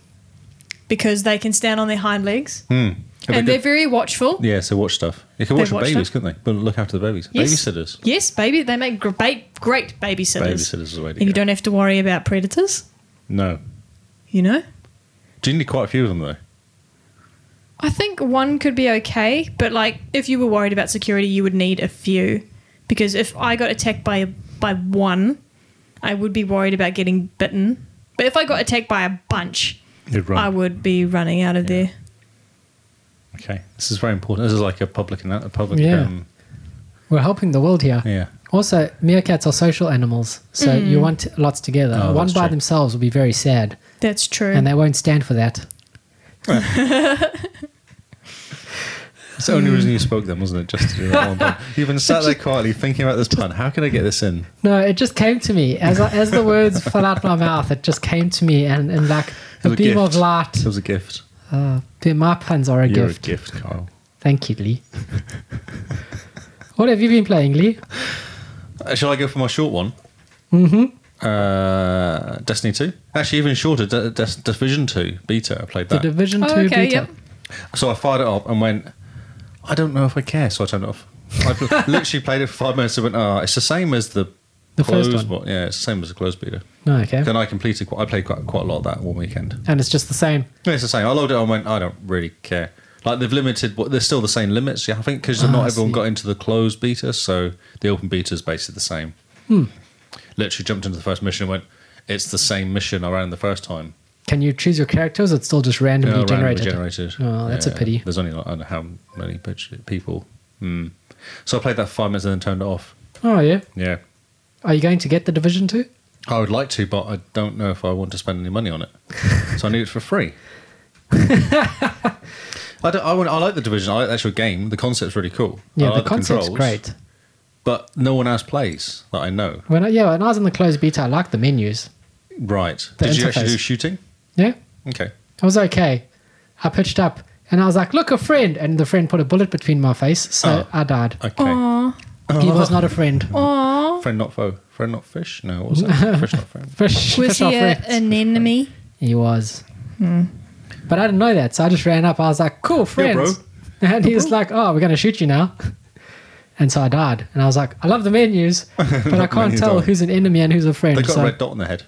Speaker 1: because they can stand on their hind legs
Speaker 2: Hmm. Have
Speaker 1: and
Speaker 2: they
Speaker 1: they're
Speaker 2: got-
Speaker 1: very watchful.
Speaker 2: yeah, so watch stuff. They can
Speaker 1: They
Speaker 2: watch the
Speaker 1: watch
Speaker 2: babies,
Speaker 1: stuff?
Speaker 2: couldn't they? But look after the babies.
Speaker 1: Yes.
Speaker 2: Babysitters.
Speaker 1: Yes, baby, they make gr- ba- great babysitters.
Speaker 2: Babysitters is the way to
Speaker 1: And you
Speaker 2: go.
Speaker 1: don't have to worry about predators,
Speaker 2: No.
Speaker 1: you know?
Speaker 2: Do you need quite a few of them, though?
Speaker 1: I think one could be okay, but like if you were worried about security, you would need a few because if I got attacked by by one, I would be worried about getting bitten. But if I got attacked by a bunch,
Speaker 2: You'd run.
Speaker 1: I would be running out of there.
Speaker 2: Okay. This is very important. This is like a public, ana- a public,
Speaker 3: Yeah.
Speaker 2: um,
Speaker 3: We're helping the world here.
Speaker 2: yeah.
Speaker 3: Also, meerkats are social animals, so
Speaker 1: Mm.
Speaker 3: you want lots together.
Speaker 2: Oh,
Speaker 3: One
Speaker 2: that's
Speaker 3: by
Speaker 2: true.
Speaker 3: themselves will be very sad,
Speaker 1: That's true.
Speaker 3: and they won't stand for that.
Speaker 2: It's the only reason you spoke then, wasn't it? Just to do that one pun. You've been sat there quietly thinking about this pun. How can I get this in?
Speaker 3: No, it just came to me as I, as the words fell out my mouth. It just came to me, and, and like a
Speaker 2: was a
Speaker 3: beam of
Speaker 2: gift.
Speaker 3: light.
Speaker 2: It was a gift.
Speaker 3: Uh, my puns are a
Speaker 2: You're
Speaker 3: gift.
Speaker 2: a gift, Carl.
Speaker 3: Thank you, Lee. what have you been playing, Lee?
Speaker 2: Uh, shall I go for my short one? Mm-hmm. Uh, Destiny 2. Actually, even shorter, De- Des- Division 2 beta. I played
Speaker 3: The
Speaker 2: that.
Speaker 3: Division Two
Speaker 1: Oh, okay,
Speaker 3: beta.
Speaker 1: yep.
Speaker 2: so I fired it up and went, I don't know if I care. So I turned it off. I pl- literally played it for five minutes and went, oh, it's the same as the,
Speaker 3: The first
Speaker 2: closed
Speaker 3: one.
Speaker 2: Yeah, it's the same as the closed beta.
Speaker 3: No, okay.
Speaker 2: Then I completed, quite, I played quite, quite a lot of that one weekend.
Speaker 3: And it's just the same.
Speaker 2: No, it's the same. I logged it on and went, I don't really care. Like they've limited, but they're still the same limits. Yeah, I think because
Speaker 3: Ah, I
Speaker 2: not everyone
Speaker 3: see.
Speaker 2: got into the closed beta, so the open beta is basically the same.
Speaker 3: Hmm.
Speaker 2: Literally jumped into the first mission and went, it's the same mission I ran the first time.
Speaker 3: Can you choose your characters? It's still just randomly
Speaker 2: Yeah,
Speaker 3: generated.
Speaker 2: generated.
Speaker 3: Oh, that's a
Speaker 2: Yeah.
Speaker 3: pity.
Speaker 2: There's only like, I don't know how many pitch- people. Hmm. So I played that for five minutes and then turned it off.
Speaker 3: Oh yeah.
Speaker 2: Yeah,
Speaker 3: Are you going to get the Division Two?
Speaker 2: I would like to, but I don't know if I want to spend any money on it. so I need it for free. I, don't, I, want, I like the division. I like the actual game. The concept's really cool. I
Speaker 3: Yeah,
Speaker 2: like
Speaker 3: the concept's
Speaker 2: Oh, controls,
Speaker 3: great.
Speaker 2: But no one else plays that I know.
Speaker 3: When I, yeah, when I was in the closed beta, I liked the menus.
Speaker 2: Right.
Speaker 3: The
Speaker 2: Did you actually
Speaker 3: interface.
Speaker 2: do shooting?
Speaker 3: Yeah,
Speaker 2: Okay.
Speaker 3: it was okay. I pitched up and I was like, "Look, a friend!" And the friend put a bullet between my face, so
Speaker 2: Oh.
Speaker 3: I died.
Speaker 2: Okay.
Speaker 1: Aw.
Speaker 3: He was not a friend.
Speaker 1: Aw.
Speaker 2: Friend not foe. Friend not fish. No, what was that? fish not friend.
Speaker 3: Fish,
Speaker 1: Was
Speaker 3: fish are
Speaker 1: he a,
Speaker 3: friends.
Speaker 1: an enemy?
Speaker 3: He was. But I didn't know that, so I just ran up. I was like, cool,
Speaker 2: Hmm. Yeah,
Speaker 3: friends.
Speaker 2: bro.
Speaker 3: And he's like, oh, we're going to shoot you now. And so I died. And I was like, I love the menus, but I can't
Speaker 2: Menus
Speaker 3: tell
Speaker 2: are-
Speaker 3: who's an enemy and who's a friend.
Speaker 2: They got
Speaker 3: so,
Speaker 2: a red dot on their head.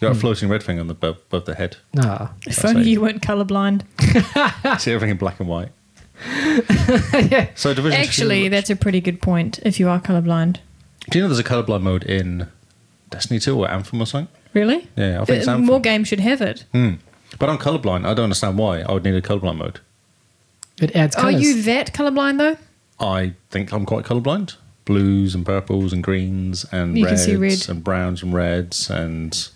Speaker 2: You got
Speaker 3: Hmm.
Speaker 2: a floating red thing on the above, above the head.
Speaker 3: no.
Speaker 1: If
Speaker 2: That's
Speaker 1: only
Speaker 2: like-
Speaker 1: you weren't colorblind.
Speaker 2: See everything in black and white.
Speaker 3: Ah. yeah.
Speaker 2: So division.
Speaker 1: Actually,
Speaker 2: two,
Speaker 1: that's a pretty good point if you are colorblind.
Speaker 2: do you know there's a colorblind mode in Destiny Two or Anthem or something?
Speaker 1: Really?
Speaker 2: Yeah, I think it's
Speaker 1: Uh,
Speaker 2: Anthem.
Speaker 1: More games should have it.
Speaker 2: Hmm. But I'm colorblind. I don't understand why I would need a colorblind mode.
Speaker 3: It adds
Speaker 1: Are
Speaker 2: Oh,
Speaker 3: colors.
Speaker 1: you that colorblind though?
Speaker 2: I think I'm quite colorblind. Blues and purples and greens and
Speaker 1: You can
Speaker 2: reds
Speaker 1: see red.
Speaker 2: and browns and reds and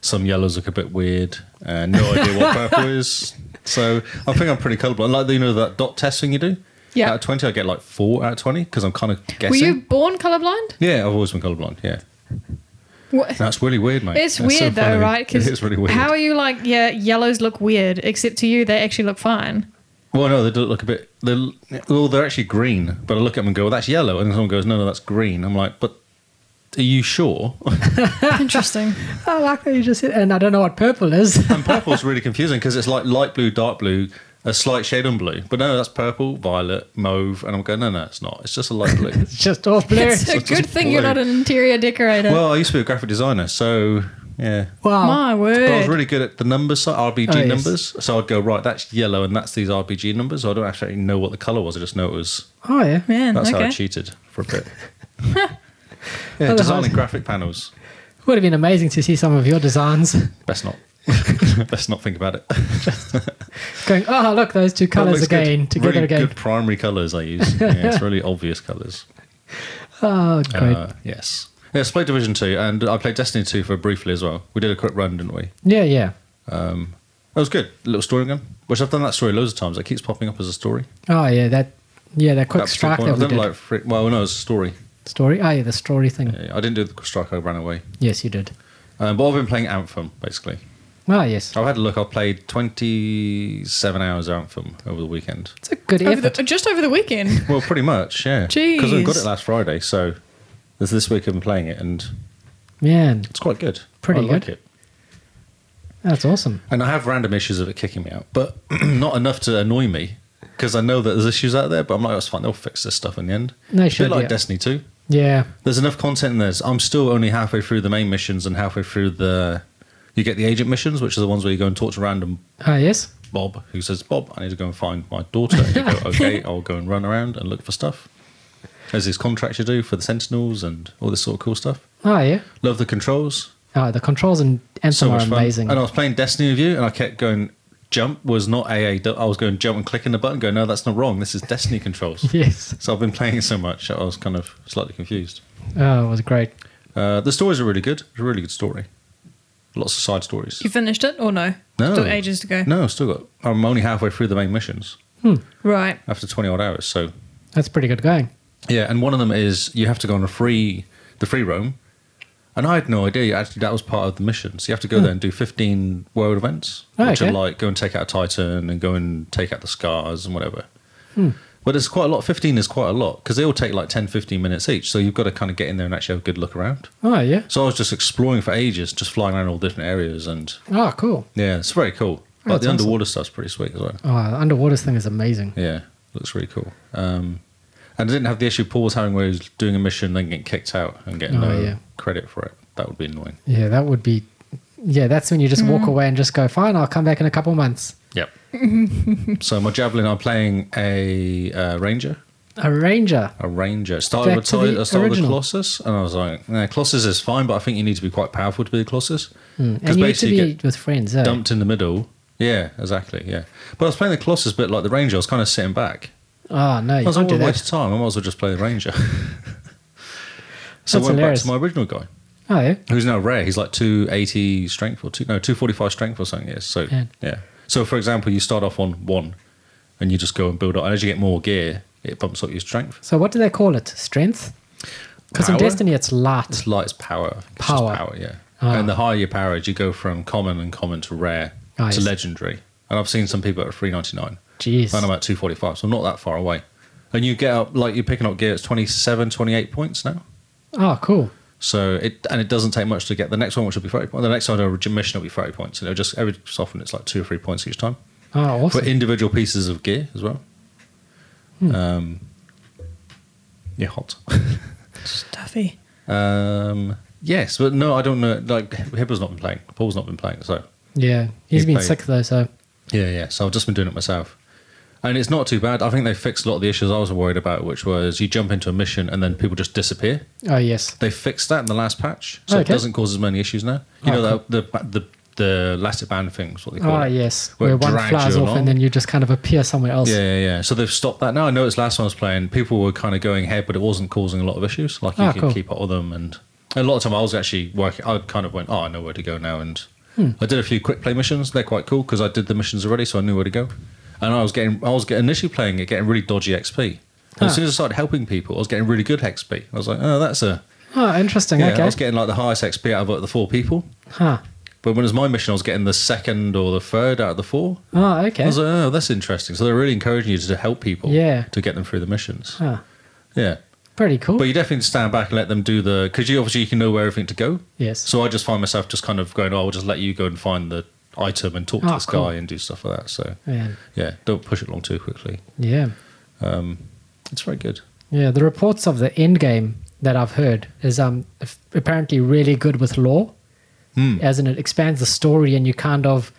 Speaker 2: some yellows look a bit weird and no idea what purple is. So I think I'm pretty colorblind. Like you know that dot testing you do.
Speaker 1: Yeah.
Speaker 2: Out of twenty, I get like four out of twenty because I'm kind of guessing.
Speaker 1: Were you born colorblind?
Speaker 2: Yeah, I've always been colorblind. Yeah,
Speaker 1: What?
Speaker 2: that's really weird, mate.
Speaker 1: It's
Speaker 2: That's so
Speaker 1: weird though,
Speaker 2: funny.
Speaker 1: right?
Speaker 2: It is really weird.
Speaker 1: How are you like, yeah, yellows look weird, except to you they actually look fine.
Speaker 2: Well, no, they do look a bit. They l- well, they're actually green, but I look at them and go, well, "That's yellow," and then someone goes, "No, no, that's green." I'm like, "But are you sure?"
Speaker 1: Interesting.
Speaker 3: I like how you just said, and I don't know what purple is.
Speaker 2: and purple's really confusing because it's like light blue, dark blue, a slight shade on blue. But no, that's purple, violet, mauve, and I'm going, "No, no, it's not. It's just a light blue."
Speaker 3: it's just all blue.
Speaker 1: it's a
Speaker 2: It's just
Speaker 1: good thing you're
Speaker 2: blue.
Speaker 1: not an interior decorator.
Speaker 2: well, I used to be a graphic designer, so yeah.
Speaker 3: wow.
Speaker 1: My
Speaker 2: But I was
Speaker 1: word.
Speaker 2: really good at the numbers, so RPG
Speaker 3: Oh, yes.
Speaker 2: numbers. So I'd go right. That's yellow, and that's these RPG numbers. So I don't actually know what the color was. I just know it was
Speaker 3: Oh, yeah.
Speaker 1: Man,
Speaker 2: That's how I
Speaker 1: okay.
Speaker 2: cheated for a bit.
Speaker 3: Well,
Speaker 2: yeah,
Speaker 3: the
Speaker 2: designing
Speaker 3: hard-
Speaker 2: graphic panels.
Speaker 3: Would have been amazing to see some of your designs
Speaker 2: Best not. Best not think about it.
Speaker 3: going, oh, look, those two
Speaker 2: That
Speaker 3: colors
Speaker 2: looks good.
Speaker 3: again, together
Speaker 2: really
Speaker 3: again.
Speaker 2: Good primary colors I use. Yeah, it's really obvious colors.
Speaker 3: Oh, great.
Speaker 2: Uh, yes. Yeah, so I played Division Two, and I played Destiny Two for briefly as well. We did a quick run, didn't we?
Speaker 3: yeah, yeah.
Speaker 2: That was good. little story gun, which I've done that story loads of times. It keeps popping up as a story.
Speaker 3: Oh, yeah, that. Yeah, that quick
Speaker 2: That
Speaker 3: strike
Speaker 2: particular one.
Speaker 3: that we
Speaker 2: I've done
Speaker 3: did.
Speaker 2: like three, well, no, it's a story.
Speaker 3: Story? Oh, yeah, the story thing.
Speaker 2: Yeah, I didn't do the strike. I ran away.
Speaker 3: Yes, you did.
Speaker 2: Um, but I've been playing Anthem basically.
Speaker 3: Ah, yes.
Speaker 2: I've had a look. I've played 27 hours of Anthem over the weekend.
Speaker 3: It's a good
Speaker 1: Over the-
Speaker 3: effort.
Speaker 1: just over the weekend.
Speaker 2: Well, pretty much, yeah. Because I
Speaker 1: Jeez.
Speaker 2: got it last Friday, so this this week I've been playing it, and
Speaker 3: Man,
Speaker 2: it's quite good.
Speaker 3: Pretty
Speaker 2: I Like
Speaker 3: good.
Speaker 2: it.
Speaker 3: that's awesome.
Speaker 2: And I have random issues of it kicking me out, but not enough to annoy me because I know that there's issues out there. But I'm like, that's fine. They'll fix this stuff in the end.
Speaker 3: They
Speaker 2: It's a
Speaker 3: should,
Speaker 2: bit like
Speaker 3: yeah.
Speaker 2: Destiny Two.
Speaker 3: Yeah.
Speaker 2: There's enough content in there. I'm still only halfway through the main missions and halfway through the. You get the agent missions, which are the ones where you go and talk to random
Speaker 3: Ah, yes.
Speaker 2: Bob, who says, Bob, I need to go and find my daughter. And you go, okay, I'll go and run around and look for stuff. There's these contracts you do for the Sentinels and all this sort of cool stuff.
Speaker 3: Oh, yeah.
Speaker 2: Love the controls.
Speaker 3: Oh, the controls and Anthem
Speaker 2: So
Speaker 3: are
Speaker 2: much fun.
Speaker 3: amazing.
Speaker 2: And I was playing Destiny with you and I kept going, jump was not AA. I was going jump and clicking the button, going, no, that's not wrong. This is Destiny controls.
Speaker 3: Yes.
Speaker 2: So I've been playing it so much, I was kind of slightly confused.
Speaker 3: Oh, it was great.
Speaker 2: Uh, the stories are really good. It's a really good story. Lots of side stories.
Speaker 1: You finished it or no?
Speaker 2: No.
Speaker 1: Still ages to go.
Speaker 2: No, I've still got. I'm only halfway through the main missions
Speaker 1: Right.
Speaker 2: after 20 odd hours. So
Speaker 3: That's pretty good going.
Speaker 2: Yeah, and one of them is you have to go on a free the free roam. And I had no idea. Actually, that was part of the mission. So you have to go there and do 15 world events,
Speaker 3: Oh,
Speaker 2: which
Speaker 3: Hmm. okay.
Speaker 2: are like go and take out a Titan and go and take out the Scars and whatever.
Speaker 3: Hmm.
Speaker 2: But it's quite a lot. 15 is quite a lot because they all take like 10, 15 minutes each. So you've got to kind of get in there and actually have a good look around.
Speaker 3: Oh, yeah.
Speaker 2: So I was just exploring for ages, just flying around all different areas. And
Speaker 3: Oh, cool.
Speaker 2: yeah, it's very cool. Like
Speaker 3: That's
Speaker 2: the
Speaker 3: awesome.
Speaker 2: underwater stuff's pretty sweet as well.
Speaker 3: Oh, the underwater thing is amazing.
Speaker 2: Yeah, looks really cool. Um, and I didn't have the issue Paul was having where he was doing a mission and then getting kicked out and getting
Speaker 3: Oh,
Speaker 2: no
Speaker 3: yeah.
Speaker 2: credit for it. That would be annoying.
Speaker 3: Yeah, that would be. Yeah, that's when you just
Speaker 2: Hmm.
Speaker 3: walk away and just go, fine, I'll come back in a couple months.
Speaker 2: Yep. so my javelin, I'm playing a uh, ranger.
Speaker 3: A ranger.
Speaker 2: A ranger. Started
Speaker 3: Back
Speaker 2: with
Speaker 3: to
Speaker 2: Ty-
Speaker 3: the
Speaker 2: I started with
Speaker 3: original.
Speaker 2: Colossus, and I was like, nah, Colossus is fine, but I think you need to be quite powerful to be a Colossus.
Speaker 3: Hmm. And you need to
Speaker 2: Hmm, you
Speaker 3: be
Speaker 2: get
Speaker 3: with friends. eh?
Speaker 2: dumped in the middle. Yeah, exactly. Yeah, but I was playing the Colossus bit like the ranger. I was kind of sitting back.
Speaker 3: Oh, no, you
Speaker 2: I was like,
Speaker 3: can't do
Speaker 2: what a
Speaker 3: that.
Speaker 2: waste of time. I might as well just play the ranger. so I
Speaker 3: That's
Speaker 2: went
Speaker 3: hilarious.
Speaker 2: back to my original guy.
Speaker 3: Oh, yeah.
Speaker 2: who's now rare. He's like two eighty strength or two no two forty five strength or something. Yes, so
Speaker 3: Man.
Speaker 2: yeah, So, for example, you start off on one, and you just go and build up. And as you get more gear, it bumps up your strength.
Speaker 3: So what do they call it? Strength? Because in
Speaker 2: Power?
Speaker 3: Destiny it's light.
Speaker 2: It's light, it's power. It's just
Speaker 3: Power.
Speaker 2: power, yeah.
Speaker 3: Ah.
Speaker 2: And the higher your power is, you go from common and common to rare
Speaker 3: Ah,
Speaker 2: to
Speaker 3: yes.
Speaker 2: legendary. And I've seen some people at three ninety nine.
Speaker 3: Jeez.
Speaker 2: I'm about 245, so I'm not that far away. And you get up, like you're picking up gear, it's 27, 28 points now.
Speaker 3: Oh, cool.
Speaker 2: So it and it doesn't take much to get the next one, which will be 30 points. The next one, a mission will be 30 points. And it'll just every so often it's like two or three points each time
Speaker 3: Oh, awesome.
Speaker 2: for individual pieces of gear as well. Um, yeah, hot.
Speaker 1: Stuffy.
Speaker 2: Um, yes, but no, I don't know. Like Hippo's not been playing. Paul's not been playing. So
Speaker 3: yeah, he's
Speaker 2: You
Speaker 3: been
Speaker 2: play-
Speaker 3: sick though, so
Speaker 2: yeah, yeah. So I've just been doing it myself, and it's not too bad. I think they fixed a lot of the issues I was worried about, which was you jump into a mission and then people just disappear.
Speaker 3: oh yes,
Speaker 2: They fixed that in the last patch, so it
Speaker 3: Okay.
Speaker 2: doesn't cause as many issues now. You
Speaker 3: Oh,
Speaker 2: know the the the, the elastic band things, what they call
Speaker 3: oh
Speaker 2: it.
Speaker 3: yes,
Speaker 2: Where
Speaker 3: where
Speaker 2: it
Speaker 3: one
Speaker 2: drags
Speaker 3: flies
Speaker 2: you
Speaker 3: off
Speaker 2: along.
Speaker 3: and then you just kind of appear somewhere else.
Speaker 2: Yeah, yeah, yeah. So they've stopped that now. I noticed last time I was playing, people were kind of going ahead, but it wasn't causing a lot of issues. Like you
Speaker 3: Ah,
Speaker 2: could
Speaker 3: cool.
Speaker 2: keep up with them, and a lot of time I was actually working. I kind of went, oh, I know where to go now, and
Speaker 3: Hmm.
Speaker 2: I did a few quick play missions. They're quite cool because I did the missions already, so I knew where to go. And I was getting, I was getting, initially playing it, getting really dodgy XP. And
Speaker 3: Ah.
Speaker 2: as soon as I started helping people, I was getting really good XP. I was like, oh, that's a
Speaker 3: Oh, interesting.
Speaker 2: yeah.
Speaker 3: okay.
Speaker 2: I was getting like the highest XP out of like, the four people.
Speaker 3: huh.
Speaker 2: But when it was my mission, I was getting the second or the third out of the four.
Speaker 3: Oh, okay.
Speaker 2: I was like, oh, that's interesting. So they're really encouraging you to help people
Speaker 3: Yeah.
Speaker 2: to get them through the missions.
Speaker 3: huh.
Speaker 2: Yeah.
Speaker 3: Pretty cool.
Speaker 2: But you definitely stand back and let them do the. Because you obviously you can know where everything to go.
Speaker 3: yes.
Speaker 2: So I just find myself just kind of going, oh, I'll just let you go and find the item and talk to
Speaker 3: Oh,
Speaker 2: this
Speaker 3: cool.
Speaker 2: guy and do stuff like that. So
Speaker 3: Man.
Speaker 2: yeah, don't push it along too quickly.
Speaker 3: Yeah.
Speaker 2: It's very good.
Speaker 3: Yeah. The reports of the end game that I've heard is um f- apparently really good with lore,
Speaker 2: Hmm.
Speaker 3: as in it expands the story and you kind of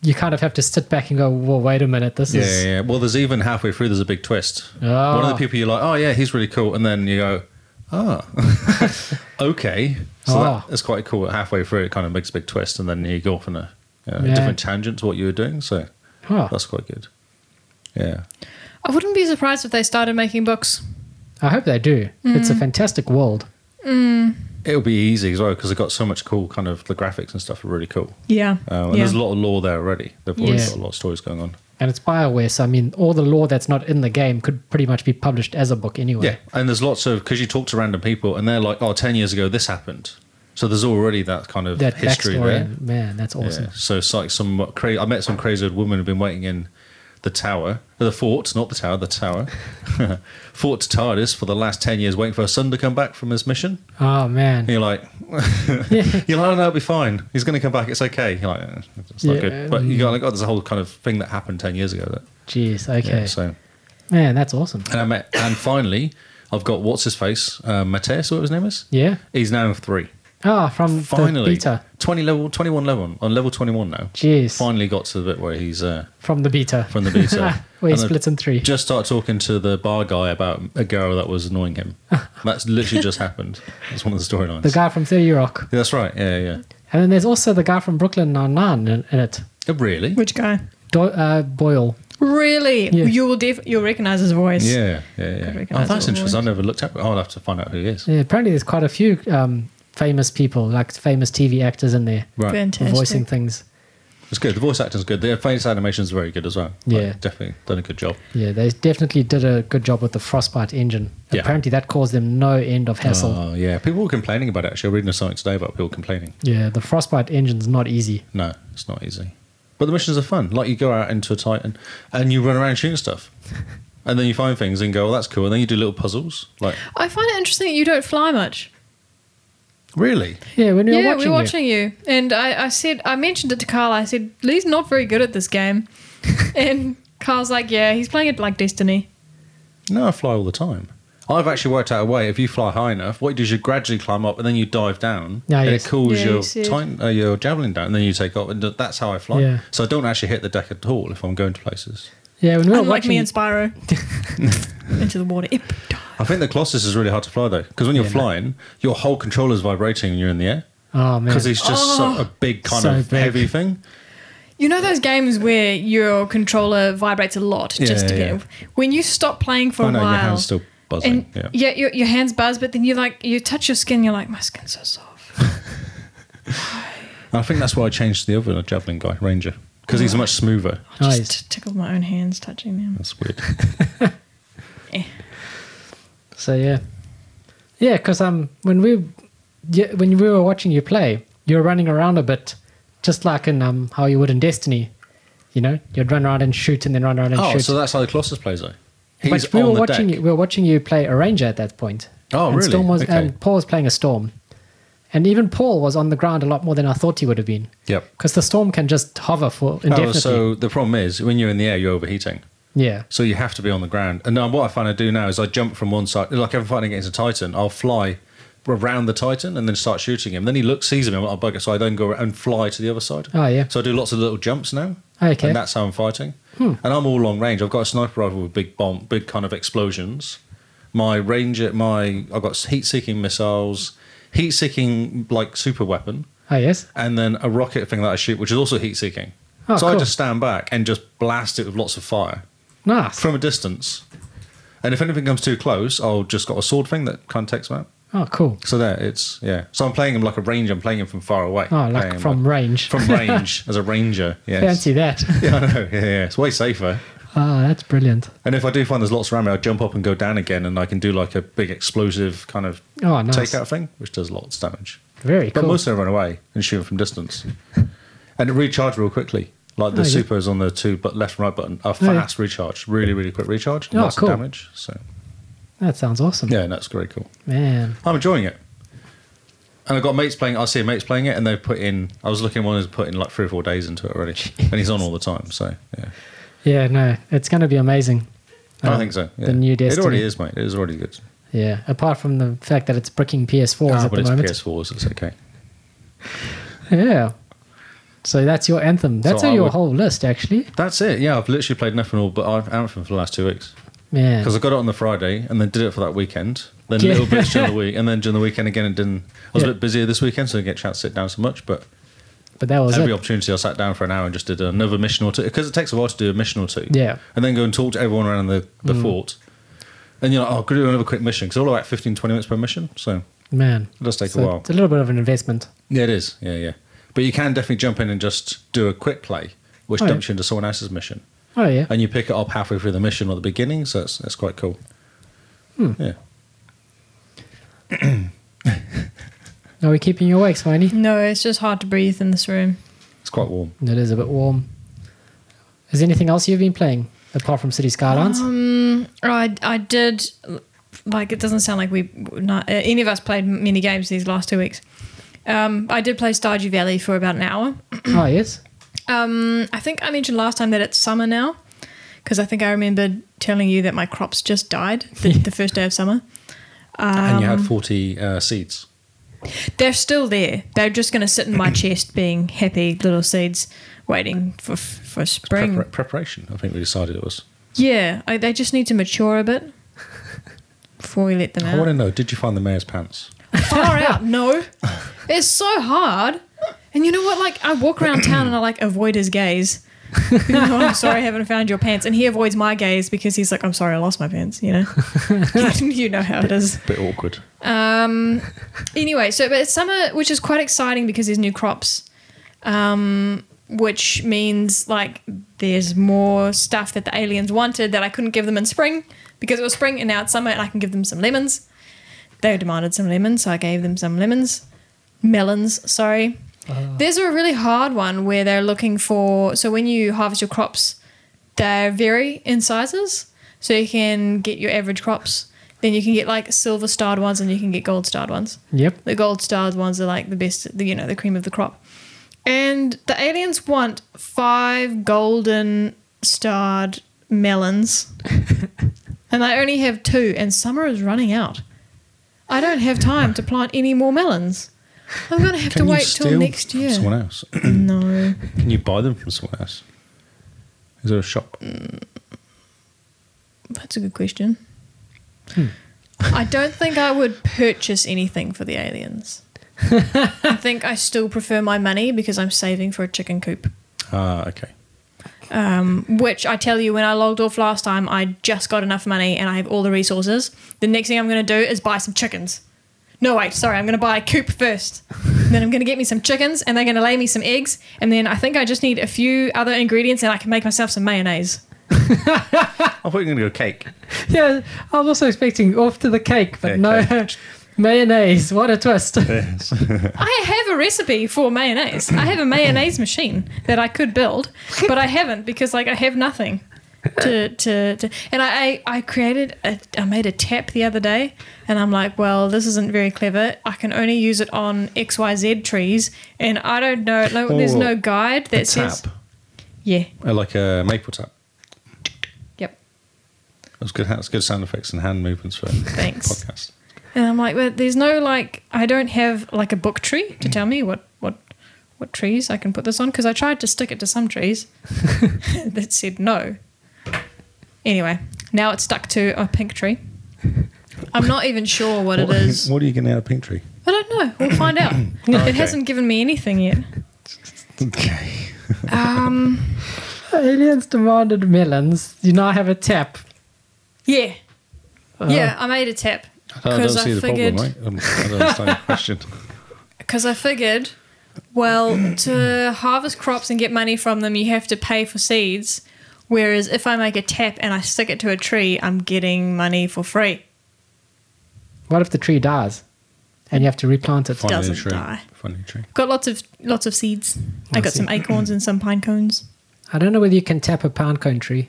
Speaker 3: you kind of have to sit back and go, well, wait a minute, this
Speaker 2: Yeah, yeah,
Speaker 3: is
Speaker 2: yeah. Well, there's even halfway through, there's a big twist.
Speaker 3: Ah.
Speaker 2: One of the people you're like, oh, yeah, he's really cool. And then you go, oh, okay. So
Speaker 3: Ah.
Speaker 2: that is quite cool. Halfway through, it kind of makes a big twist. And then you go off on a, uh,
Speaker 3: Yeah. Ah.
Speaker 2: different tangent to what you were doing. So
Speaker 3: Huh.
Speaker 2: that's quite good. Yeah.
Speaker 1: I wouldn't be surprised if they started making books.
Speaker 3: I hope they do. It's a fantastic world.
Speaker 2: It'll be easy as well because they've got so much cool kind of the graphics and stuff are really cool.
Speaker 1: Yeah.
Speaker 2: Um, and
Speaker 1: yeah.
Speaker 2: there's a lot of lore there already. They've already
Speaker 3: Yes.
Speaker 2: got a lot of stories going on.
Speaker 3: And it's Bioware, so I mean, all the lore that's not in the game could pretty much be published as a book anyway.
Speaker 2: Yeah. And there's lots of, because you talk to random people and they're like, oh, 10 years ago this happened. So there's already that kind of
Speaker 3: That
Speaker 2: history
Speaker 3: backstory,
Speaker 2: there.
Speaker 3: and man, that's awesome.
Speaker 2: Yeah. So it's like some crazy. I met some crazy old woman who'd been waiting in the tower, uh, the fort, not the tower, the tower, Fort TARDIS for the last ten years, waiting for her son to come back from his mission.
Speaker 3: Oh man,
Speaker 2: And you're like, you're like, oh, no, it'll be fine. He's going to come back. It's okay. You're like, "Eh, it's not
Speaker 3: Yeah.
Speaker 2: good. But you got like, oh, there's a whole kind of thing that happened ten years ago. That,
Speaker 3: jeez,
Speaker 2: yeah,
Speaker 3: okay,
Speaker 2: So
Speaker 3: man, that's awesome.
Speaker 2: and I met, and finally, I've got what's his face, uh, Mateus, what his name is.
Speaker 3: Yeah.
Speaker 2: He's now in three.
Speaker 3: Ah, from the
Speaker 2: Finally,
Speaker 3: beta.
Speaker 2: twenty level, twenty one level, on level twenty one now.
Speaker 3: Jeez,
Speaker 2: Finally got to the bit where he's. Uh,
Speaker 3: from the beta.
Speaker 2: from the beta.
Speaker 3: Ah, Where he
Speaker 2: And I
Speaker 3: splits in three.
Speaker 2: Just start talking to the bar guy about a girl that was annoying him. That's literally just happened. That's one of the storylines.
Speaker 3: the guy from Thirty Rock,
Speaker 2: Yeah, that's right. Yeah, yeah.
Speaker 3: and then there's also the guy from Brooklyn Nine Nine in, in it.
Speaker 2: Oh, really?
Speaker 1: Which guy?
Speaker 3: Do- uh, Boyle.
Speaker 1: Really?
Speaker 3: Yeah.
Speaker 1: You will def- you'll recognize his voice.
Speaker 2: Yeah, yeah,
Speaker 1: Could
Speaker 2: yeah. Oh,
Speaker 1: recognise
Speaker 2: that's
Speaker 1: it all,
Speaker 2: interesting. I never looked up. I'll have to find out who he is.
Speaker 3: Yeah, apparently, there's quite a few um, famous people, like famous TV actors in there,
Speaker 2: Right,
Speaker 1: Fantastic.
Speaker 3: voicing things. is
Speaker 2: it's good. The voice acting's good. The face animation's very good as well.
Speaker 3: Yeah.
Speaker 2: definitely done a good job.
Speaker 3: Yeah, they definitely did a good job with the Frostbite engine.
Speaker 2: Yeah.
Speaker 3: Apparently, that caused them no end of hassle.
Speaker 2: Oh yeah, people were complaining about it. Actually, I was reading something today about people complaining.
Speaker 3: Yeah, the Frostbite engine's not easy.
Speaker 2: No, it's not easy. But the missions are fun. Like you go out into a Titan and you run around shooting stuff, and then you find things and go, "Oh, that's cool." And then you do little puzzles. Like
Speaker 1: I find it interesting that you don't fly much.
Speaker 2: really,
Speaker 3: Yeah, when we
Speaker 1: yeah,
Speaker 3: were watching,
Speaker 1: we're
Speaker 3: you-
Speaker 1: watching you. And I, I said, I mentioned it to Carl. I said, Lee's not very good at this game. and Carl's like, yeah, he's playing it like Destiny.
Speaker 2: No, I fly all the time. I've actually worked out a way. If you fly high enough, what you do is you gradually climb up and then you dive down,
Speaker 3: Ah,
Speaker 2: and
Speaker 3: yes.
Speaker 2: it cools
Speaker 1: Yeah, you
Speaker 2: your
Speaker 1: said.
Speaker 2: titan, uh, your javelin down, and then you take off, and th- that's how I fly.
Speaker 3: Yeah.
Speaker 2: So I don't actually hit the deck at all if I'm going to places.
Speaker 3: Yeah, when we were
Speaker 1: Unlike
Speaker 3: watching,
Speaker 1: me and Spyro. Into the water. Ip.
Speaker 2: I think the Colossus is really hard to fly though, because when you're
Speaker 3: Yeah, no.
Speaker 2: flying, your whole controller's vibrating and you're in the air
Speaker 3: oh man, Oh,
Speaker 2: because it's just so, a big kind
Speaker 3: So
Speaker 2: of
Speaker 3: big.
Speaker 2: heavy thing.
Speaker 1: You know those games where your controller vibrates a lot just to
Speaker 2: Yeah,
Speaker 1: get. When you stop playing for
Speaker 2: I
Speaker 1: a
Speaker 2: know
Speaker 1: while.
Speaker 2: your hands still buzzing.
Speaker 1: and
Speaker 2: yeah.
Speaker 1: yeah, your, your hands buzz, but then you like you touch your skin, you're like, my skin's so soft.
Speaker 2: I think that's why I changed to the other javelin guy, Ranger. because he's much smoother.
Speaker 1: Just
Speaker 3: Nice.
Speaker 1: t- tickled my own hands touching them.
Speaker 2: That's weird.
Speaker 1: Eh.
Speaker 3: So yeah, yeah. Because um, when we, yeah, when we were watching you play, you were running around a bit, just like in um how you would in Destiny. You know, you'd run around and shoot, and then run around and
Speaker 2: oh,
Speaker 3: shoot.
Speaker 2: so that's how the Colossus plays though.
Speaker 3: but
Speaker 2: He's
Speaker 3: we
Speaker 2: on
Speaker 3: were
Speaker 2: the
Speaker 3: watching
Speaker 2: deck.
Speaker 3: you. We were watching you play a ranger at that point.
Speaker 2: Oh,
Speaker 3: and
Speaker 2: really?
Speaker 3: Storm was,
Speaker 2: Okay.
Speaker 3: and Paul was playing a storm, and even Paul was on the ground a lot more than I thought he would have been.
Speaker 2: Yep.
Speaker 3: Because the storm can just hover for indefinitely.
Speaker 2: Oh, so the problem is when you're in the air, you're overheating.
Speaker 3: yeah.
Speaker 2: So you have to be on the ground. And now what I find I do now is I jump from one side, like if I'm fighting against a Titan, I'll fly around the Titan and then start shooting him. Then he looks, sees him, and I'll bugger. So I then go and fly to the other side.
Speaker 3: Oh, yeah.
Speaker 2: So I do lots of little jumps now.
Speaker 3: Okay. Hmm.
Speaker 2: And that's how I'm fighting. And I'm all long range. I've got a sniper rifle with big bomb, big kind of explosions. My ranger, my I've got heat-seeking missiles, heat-seeking like super weapon
Speaker 3: Oh yes.
Speaker 2: and then a rocket thing that I shoot, which is also heat seeking.
Speaker 3: Oh,
Speaker 2: so I
Speaker 3: cool.
Speaker 2: just stand back and just blast it with lots of fire
Speaker 3: Nice.
Speaker 2: from a distance. And if anything comes too close, I'll just got a sword thing that kind of takes them out.
Speaker 3: oh cool.
Speaker 2: So there, it's yeah. So I'm playing him like a ranger. I'm playing him from far away.
Speaker 3: Oh, like
Speaker 2: Playing him
Speaker 3: from
Speaker 2: like-
Speaker 3: range.
Speaker 2: from range as a ranger. Yes.
Speaker 3: Fancy that.
Speaker 2: Yeah, I know. Yeah, yeah, it's way safer.
Speaker 3: Ah, that's brilliant.
Speaker 2: And if I do find there's lots around me, I'll jump up and go down again, and I can do like a big explosive kind of
Speaker 3: Oh, nice.
Speaker 2: takeout thing, which does lots of damage.
Speaker 3: Very
Speaker 2: But
Speaker 3: cool.
Speaker 2: most of them run away and shoot them from distance. and it recharge real quickly. Like the
Speaker 3: Oh, yeah.
Speaker 2: supers on the two but left and right button are
Speaker 3: Oh, yeah.
Speaker 2: fast recharge, really, really quick recharge.
Speaker 3: Oh,
Speaker 2: lots
Speaker 3: cool.
Speaker 2: of damage. So
Speaker 3: that sounds awesome.
Speaker 2: yeah, that's very cool.
Speaker 3: Man.
Speaker 2: I'm enjoying it. And I've got mates playing I see mates playing it and they've put in I was looking at one who's put in like three or four days into it already. And he's on all the time, so yeah.
Speaker 3: Yeah, no, it's going to be amazing.
Speaker 2: I
Speaker 3: Um,
Speaker 2: think so. Yeah.
Speaker 3: The new
Speaker 2: It already
Speaker 3: Destiny.
Speaker 2: is, mate. It is already good.
Speaker 3: Yeah, apart from the fact that it's bricking PS4s
Speaker 2: Ah,
Speaker 3: at
Speaker 2: but
Speaker 3: the
Speaker 2: it's
Speaker 3: moment.
Speaker 2: PS4, so it's okay.
Speaker 3: Yeah. So that's your anthem. That's
Speaker 2: So I
Speaker 3: your
Speaker 2: would-
Speaker 3: whole list, actually.
Speaker 2: That's it. Yeah, I've literally played nothing all but I've Anthem for the last two weeks.
Speaker 3: Man.
Speaker 2: because I got it on the Friday and then did it for that weekend. Then
Speaker 3: Yeah.
Speaker 2: little bits during the week, and then during the weekend again, it didn't. I was
Speaker 3: Yeah.
Speaker 2: a bit busier this weekend, so I didn't get a chance to sit down so much. But
Speaker 3: But that was
Speaker 2: every
Speaker 3: it.
Speaker 2: opportunity, I sat down for an hour and just did another mission or two because it takes a while to do a mission or two.
Speaker 3: Yeah. Mm.
Speaker 2: and then go and talk to everyone around the, the fort. And you're like, oh, I'll do another quick mission because all about 15, 20 minutes per mission. So
Speaker 3: Man.
Speaker 2: it does take
Speaker 3: So
Speaker 2: a while.
Speaker 3: It's a little bit of an investment.
Speaker 2: Yeah, it is. Yeah, yeah. But you can definitely jump in and just do a quick play, which
Speaker 3: Oh, yeah.
Speaker 2: dumps you into someone else's mission,
Speaker 3: Oh, yeah.
Speaker 2: and you pick it up halfway through the mission or the beginning. So that's that's quite cool. Yeah.
Speaker 3: Are we keeping you awake, Smiley?
Speaker 1: No, it's just hard to breathe in this room.
Speaker 2: It's quite warm.
Speaker 3: It is a bit warm. Is there anything else you've been playing apart from City Skylines?
Speaker 1: Oh, I, I did. Like, it doesn't sound like we not, uh, any of us played many games these last two weeks. Um, I did play Stardew Valley for about an hour.
Speaker 3: oh, yes.
Speaker 1: Um, I think I mentioned last time that it's summer now, because I think I remembered telling you that my crops just died the, the first day of summer.
Speaker 2: and you had
Speaker 1: Um,
Speaker 2: 40 uh, seeds.
Speaker 1: They're still there. They're just going to sit in my chest, being happy little seeds, waiting for for spring.
Speaker 2: Prepar- preparation, I think we decided it was.
Speaker 1: Yeah, I, they just need to mature a bit before we let them
Speaker 2: I want to
Speaker 1: out.
Speaker 2: know, did you find the mayor's pants?
Speaker 1: Far out, no. It's so hard. And you know what? Like, I walk around town and I like avoid his gaze. you know, I'm sorry, I haven't found your pants. And he avoids my gaze because he's like, I'm sorry, I lost my pants. You know, you know how it is.
Speaker 2: Bit awkward.
Speaker 1: Um, anyway, so but it's summer, which is quite exciting because there's new crops, um, which means like there's more stuff that the aliens wanted that I couldn't give them in spring because it was spring and now it's summer and I can give them some lemons. They demanded some lemons, so I gave them some lemons, melons. Sorry. There's a really hard one where they're looking for. So when you harvest your crops, they vary in sizes. So you can get your average crops. Then you can get like silver starred ones, and you can get gold starred ones.
Speaker 3: Yep.
Speaker 1: The gold starred ones are like the best, the, you know, the cream of the crop. And the aliens want five golden starred melons. and I only have two, and summer is running out. I don't have time to plant any more melons. I'm going to have to wait till next
Speaker 2: from
Speaker 1: year.
Speaker 2: someone else?
Speaker 1: No.
Speaker 2: Can you buy them from someone else? Is there a shop?
Speaker 1: That's a good question. I don't think I would purchase anything for the aliens. I think I still prefer my money because I'm saving for a chicken coop.
Speaker 2: Ah, okay.
Speaker 1: Um, which I tell you, when I logged off last time, I just got enough money and I have all the resources. The next thing I'm going to do is buy some chickens. no, wait, sorry, I'm going to buy a coop first. then I'm going to get me some chickens and they're going to lay me some eggs. And then I think I just need a few other ingredients and I can make myself some mayonnaise.
Speaker 2: I thought you were going to go cake.
Speaker 3: Yeah, I was also expecting off to the cake, but
Speaker 2: Yeah,
Speaker 3: no
Speaker 2: cake.
Speaker 3: mayonnaise. What a twist!
Speaker 1: I have a recipe for mayonnaise. I have a mayonnaise machine that I could build, but I haven't because like I have nothing to to, to and I, I I created a I made a tap the other day and I'm like, well, this isn't very clever. I can only use it on XYZ trees and I don't know like, there's
Speaker 2: Oh,
Speaker 1: no guide that
Speaker 2: a
Speaker 1: says
Speaker 2: tap,
Speaker 1: Yeah.
Speaker 2: Uh, like a maple tap.
Speaker 1: Yep.
Speaker 2: That was good. That was good sound effects and hand movements for
Speaker 1: Thanks.
Speaker 2: podcast.
Speaker 1: And I'm like, but there's no like, I don't have like a book tree
Speaker 2: Mm.
Speaker 1: to tell me what what what trees I can put this on because I tried to stick it to some trees that said no. Anyway, now it's stuck to a pink tree. I'm not even sure what it is.
Speaker 2: What are you getting out of Pink Tree?
Speaker 1: I don't know. We'll find out.
Speaker 2: Okay.
Speaker 1: It hasn't given me anything yet.
Speaker 2: Okay.
Speaker 1: Um,
Speaker 3: Aliens demanded melons. You now have a tap.
Speaker 1: yeah, yeah. I made a tip
Speaker 2: Uh-huh. I don't, I don't
Speaker 1: because I,
Speaker 2: see the
Speaker 1: figured
Speaker 2: problem, right? I don't understand your question.
Speaker 1: Because I figured, well, to harvest crops and get money from them, you have to pay for seeds. Whereas if I make a tap and I stick it to a tree, I'm getting money for free.
Speaker 3: What if the tree dies, and you have to replant it?
Speaker 2: Find a new
Speaker 1: Doesn't
Speaker 2: tree.
Speaker 1: die.
Speaker 2: Find a new tree.
Speaker 1: Got lots of lots of seeds. I
Speaker 3: I
Speaker 1: got
Speaker 3: see.
Speaker 1: some acorns and some pine cones.
Speaker 3: I don't know whether you can tap a pound cone tree.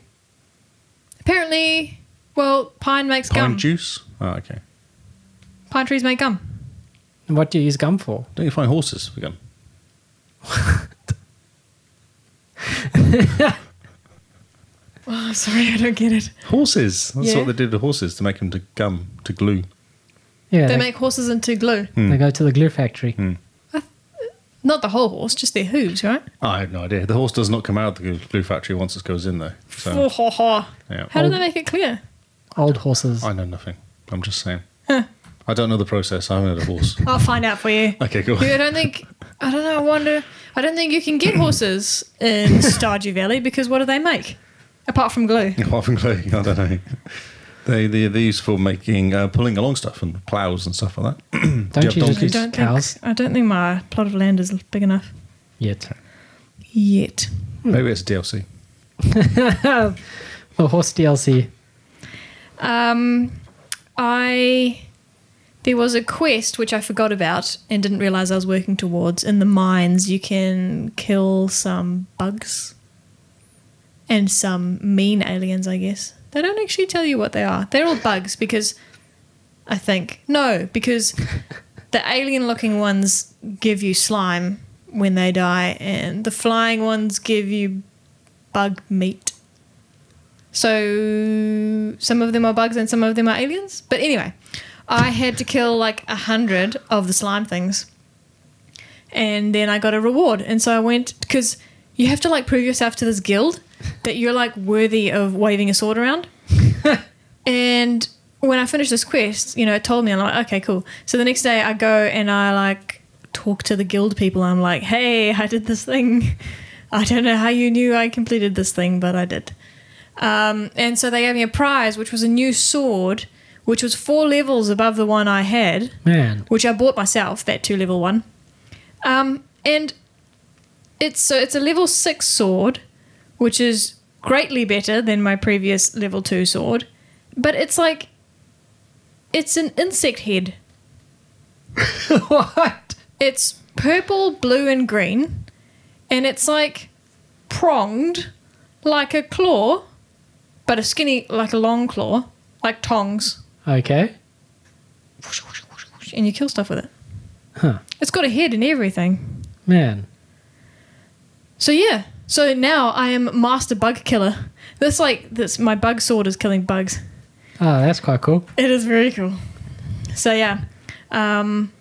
Speaker 1: Apparently, well, pine makes
Speaker 2: Pine
Speaker 1: gum.
Speaker 2: juice? Oh, okay.
Speaker 1: Pine trees make gum.
Speaker 3: And what do you use gum for?
Speaker 2: Don't you find horses for gum?
Speaker 1: Oh, sorry, I don't get it.
Speaker 2: Horses. That's
Speaker 1: Yeah.
Speaker 2: what they did to horses to make them to gum, to glue.
Speaker 3: Yeah,
Speaker 1: They
Speaker 3: they,
Speaker 1: make horses into glue.
Speaker 3: they go to the glue factory.
Speaker 1: Not the whole horse, just their hooves, right?
Speaker 2: I have no idea. The horse does not come out of the glue factory once it goes in, though.
Speaker 1: Oh,
Speaker 2: So,
Speaker 1: ha, ha.
Speaker 2: yeah.
Speaker 1: How do they make it clear?
Speaker 3: Old horses.
Speaker 2: I know nothing. I'm just saying. I don't know the process. I haven't had a horse.
Speaker 1: I'll find out for you.
Speaker 2: Okay, cool.
Speaker 1: Yeah, I don't think. I don't know. I wonder. I don't think you can get horses in Stardew Valley because what do they make apart from glue?
Speaker 2: Apart from glue, I don't know. They, they, they're used for making, uh, pulling along stuff and plows and stuff like that.
Speaker 3: don't
Speaker 2: do you
Speaker 3: you
Speaker 2: have
Speaker 3: just
Speaker 1: I
Speaker 2: donkeys?
Speaker 3: use
Speaker 1: don't
Speaker 3: cows
Speaker 1: think. I don't think my plot of land is big enough
Speaker 3: yet?
Speaker 1: yet.
Speaker 2: Maybe it's DLC.
Speaker 3: the horse DLC.
Speaker 1: Um, I there was a quest which I forgot about and didn't realize I was working towards. In the mines, you can kill some bugs and some mean aliens. I guess they don't actually tell you what they are. They're all bugs because I think no, because the alien-looking ones give you slime when they die, and the flying ones give you bug meat. So some of them are bugs and some of them are aliens. But anyway, I had to kill like a hundred of the slime things. And then I got a reward. And so I went because you have to like prove yourself to this guild that you're like worthy of waving a sword around. and when I finished this quest, you know, it told me, I'm like, okay, cool. So the next day I go and I like talk to the guild people. I'm like, hey, I did this thing. I don't know how you knew I completed this thing, but I did. Um, and so they gave me a prize, which was a new sword, which was four levels above the one I had,
Speaker 3: Man,
Speaker 1: which I bought myself, that two level one. Um, and it's so it's a level six sword, which is greatly better than my previous level two sword, but it's like it's an insect head.
Speaker 3: what?
Speaker 1: It's purple, blue, and green, and it's like pronged, like a claw, but a skinny, like a long claw, like tongs,
Speaker 3: Okay.
Speaker 1: and you kill stuff with it.
Speaker 3: Huh.
Speaker 1: It's got a head and everything.
Speaker 3: Man.
Speaker 1: So yeah, so now I am master bug killer. That's like this. My bug sword is killing bugs.
Speaker 3: Oh, that's quite cool.
Speaker 1: It is very cool. So yeah, um,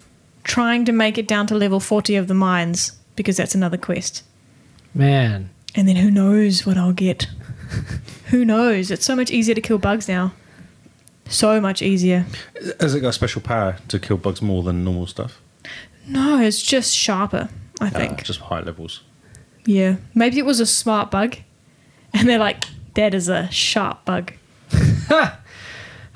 Speaker 1: trying to make it down to level forty of the mines because that's another quest.
Speaker 3: Man.
Speaker 1: And then who knows what I'll get? who knows? It's so much easier to kill bugs now. So much easier.
Speaker 2: Has it got a special power to kill bugs more than normal stuff?
Speaker 1: No, it's just sharper, I
Speaker 2: Uh,
Speaker 1: think.
Speaker 2: just high levels.
Speaker 1: yeah. Maybe it was a smart bug. And they're like, that is a sharp bug.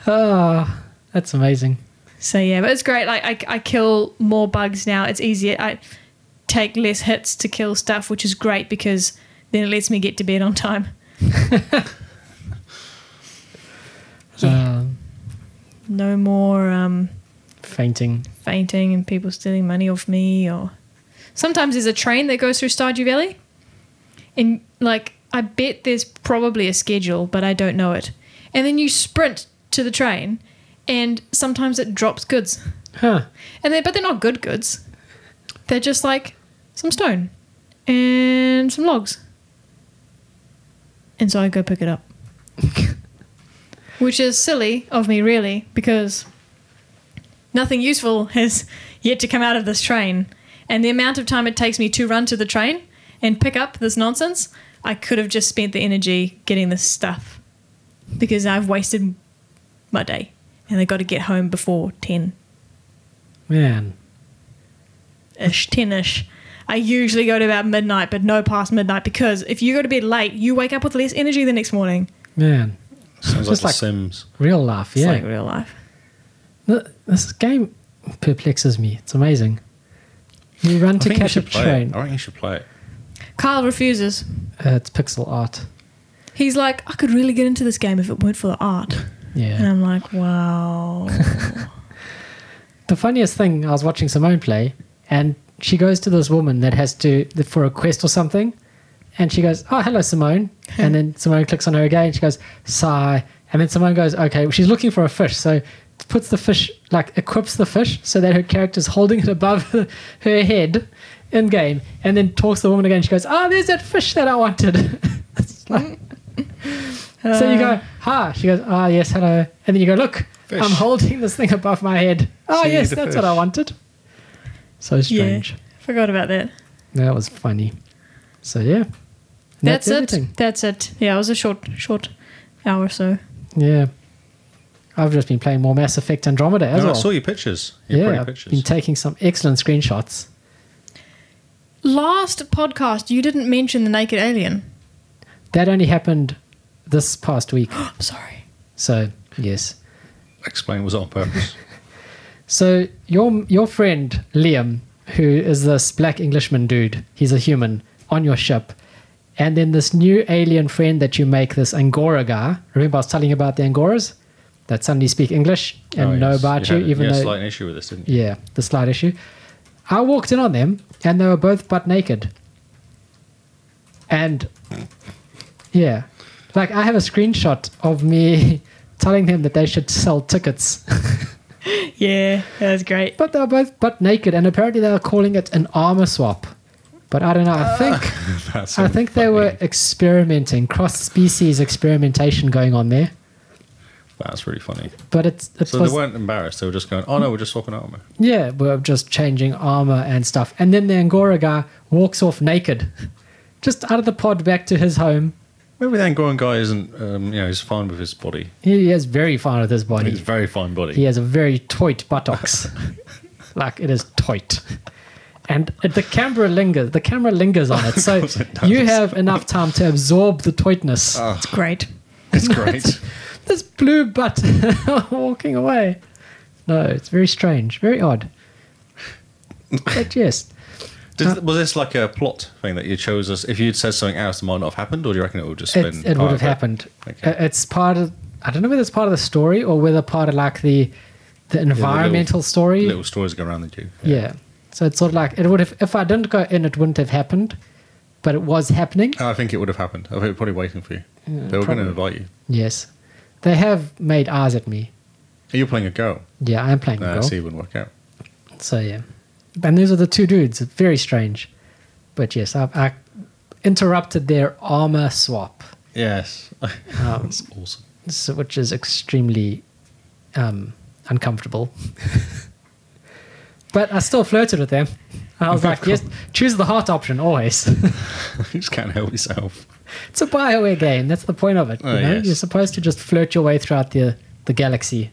Speaker 3: Ah, that's amazing.
Speaker 1: So yeah, but it's great. Like I, I kill more bugs now. It's easier. I take less hits to kill stuff, which is great because then it lets me get to bed on time. Yeah.
Speaker 3: Um,
Speaker 1: No more um,
Speaker 3: fainting.
Speaker 1: fainting and people stealing money off me. Or sometimes there's a train that goes through Stardew Valley, and like I bet there's probably a schedule, but I don't know it. And then you sprint to the train, and sometimes it drops goods.
Speaker 3: Huh.
Speaker 1: And they but they're not good goods. They're just like some stone and some logs. And so I go pick it up. Which is silly of me really because nothing useful has yet to come out of this train. And the amount of time it takes me to run to the train and pick up this nonsense, I could have just spent the energy getting this stuff because I've wasted my day and I got to get home before 10
Speaker 3: Man.
Speaker 1: ish, ten ish. I usually go to about midnight, but no past midnight because if you go to bed late, you wake up with less energy the next morning.
Speaker 3: Man.
Speaker 2: Sounds like
Speaker 3: Just
Speaker 2: The
Speaker 3: like-
Speaker 2: Sims.
Speaker 3: Real life.
Speaker 1: It's
Speaker 3: Yeah.
Speaker 1: like real life.
Speaker 3: Th- This game perplexes me. It's amazing. You run
Speaker 2: I
Speaker 3: to
Speaker 2: think you
Speaker 3: catch a
Speaker 2: should play
Speaker 3: train.
Speaker 2: It. I think you should play it.
Speaker 1: Kyle refuses.
Speaker 3: Uh, it's pixel art.
Speaker 1: He's like, I could really get into this game if it weren't for the art. And
Speaker 3: Yeah.
Speaker 1: I'm like, wow.
Speaker 3: The funniest thing, I was watching Simone play, and she goes to this woman that has to that for a quest or something, and she goes, "Oh, hello, Simone," and then Simone clicks on her again. And she goes, "Sigh," and then Simone goes, "Okay." Well, she's looking for a fish, so puts the fish like equips the fish so that her character's holding it above her head in game, and then talks to the woman again. She goes, "Oh, there's that fish that I wanted." It's like- so you go, "Ha!" She goes, "Ah, yes, hello," and then you go, "Look,
Speaker 2: Fish.
Speaker 3: I'm holding this thing above my head." Oh,
Speaker 2: See
Speaker 3: yes,
Speaker 2: the
Speaker 3: that's what I
Speaker 2: fish.
Speaker 3: wanted. So strange.
Speaker 1: Forgot about that.
Speaker 3: That was funny. So yeah, And
Speaker 1: That's,
Speaker 3: everything.
Speaker 1: it. That's it. Yeah, it was a short, short hour or so.
Speaker 3: Yeah, I've just been playing more Mass Effect Andromeda as
Speaker 2: No,
Speaker 3: well.
Speaker 2: I saw your pictures. Your
Speaker 3: yeah,
Speaker 2: pretty
Speaker 3: I've
Speaker 2: pictures.
Speaker 3: been taking some excellent screenshots.
Speaker 1: Last podcast, you didn't mention the naked alien.
Speaker 3: That only happened this past week.
Speaker 1: I'm sorry.
Speaker 3: So yes.
Speaker 2: Explain was it on purpose.
Speaker 3: So your your friend Liam, who is this black Englishman dude, he's a human on your ship, and then this new alien friend that you make, this Angora guy. Remember, I was telling you about the Angoras that suddenly speak English and
Speaker 2: Oh,
Speaker 3: know
Speaker 2: yes.
Speaker 3: about you,
Speaker 2: had a-
Speaker 3: even
Speaker 2: you had
Speaker 3: though
Speaker 2: a slight issue with this, didn't you?
Speaker 3: Yeah, the slide issue. I walked in on them and they were both butt naked. And yeah, like I have a screenshot of me telling them that they should sell tickets,
Speaker 1: Yeah, that was great.
Speaker 3: but they were both butt naked and apparently they were calling it an armor swap. But I don't know.
Speaker 2: Ah.
Speaker 3: I think
Speaker 2: That's so
Speaker 3: I think they were
Speaker 2: funny.
Speaker 3: experimenting, cross species experimentation going on there.
Speaker 2: That's really funny.
Speaker 3: But it's it
Speaker 2: So
Speaker 3: was,
Speaker 2: they weren't embarrassed. They were just going, "Oh no, we're just swapping armor."
Speaker 3: Yeah, we're just changing armor and stuff. And then the Angora guy walks off naked, just out of the pod back to his home.
Speaker 2: Maybe the Angoran guy isn't. Um, you know, he's fine with his body.
Speaker 3: He is very fine with his body.
Speaker 2: He's a very fine body.
Speaker 3: He has a very tight buttocks. like it is tight. And it- the camera lingers. The camera lingers on it. So
Speaker 2: course it
Speaker 3: you
Speaker 2: does. Uh.
Speaker 3: have enough time to absorb the tightness.
Speaker 1: It's great.
Speaker 2: It's great.
Speaker 3: this blue butt walking away. No, it's very strange, very odd. But yes,
Speaker 2: Did, was this like a plot thing that you chose? This? If you'd said something else, it might not have happened, or do you reckon it would just
Speaker 3: it,
Speaker 2: been?
Speaker 3: it
Speaker 2: oh,
Speaker 3: would have
Speaker 2: okay.
Speaker 3: happened.
Speaker 2: Okay.
Speaker 3: Uh, It's part of. I don't know whether it's part of the story or whether part of like the the environmental story.
Speaker 2: Little stories go around the queue.
Speaker 3: yeah. So it's sort of like it would have. If I didn't go in, it wouldn't have happened. But it was happening.
Speaker 2: I think it would have happened. I think they're probably waiting for you. they were going
Speaker 3: probably.
Speaker 2: to invite you.
Speaker 3: Yes. They have made eyes at me.
Speaker 2: You're playing a girl.
Speaker 3: Yeah, I am playing
Speaker 2: No,
Speaker 3: girl.
Speaker 2: so you wouldn't work out.
Speaker 3: So yeah, and those are the two dudes. It's Very strange. But yes, I, I interrupted their armor swap,
Speaker 2: Yes,
Speaker 3: um,
Speaker 2: that's awesome.
Speaker 3: so, which is extremely um, uncomfortable. but I still flirted with them. I was like, yes, choose the heart option always.
Speaker 2: you just can't help yourself.
Speaker 3: it's a Bioware game. That's the point of it.
Speaker 2: Oh,
Speaker 3: you know?
Speaker 2: yes.
Speaker 3: You're supposed to just flirt your way throughout the the galaxy.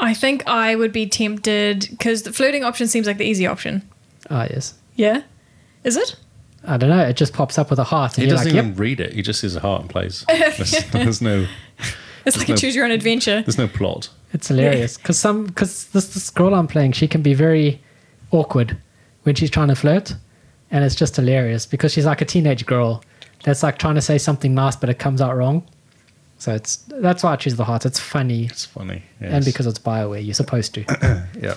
Speaker 1: I think I would be tempted because the floating option seems like the easy option.
Speaker 3: Ah, yes.
Speaker 1: Yeah, is it?
Speaker 3: I don't know. It just pops up with a heart, and
Speaker 2: He
Speaker 3: you're
Speaker 2: doesn't
Speaker 3: like,
Speaker 2: even
Speaker 3: yep.
Speaker 2: read it. He just sees a heart and plays. There's, there's no,
Speaker 1: It's like a
Speaker 2: no-
Speaker 1: choose your own adventure.
Speaker 2: there's no plot.
Speaker 3: It's hilarious because some because this, this girl I'm playing, she can be very awkward when she's trying to flirt, and it's just hilarious because she's like a teenage girl that's like trying to say something nice but it comes out wrong. So it's that's why I choose the heart. It's funny
Speaker 2: It's funny. Yes.
Speaker 3: and because it's Bioware, you're supposed to.
Speaker 2: yeah,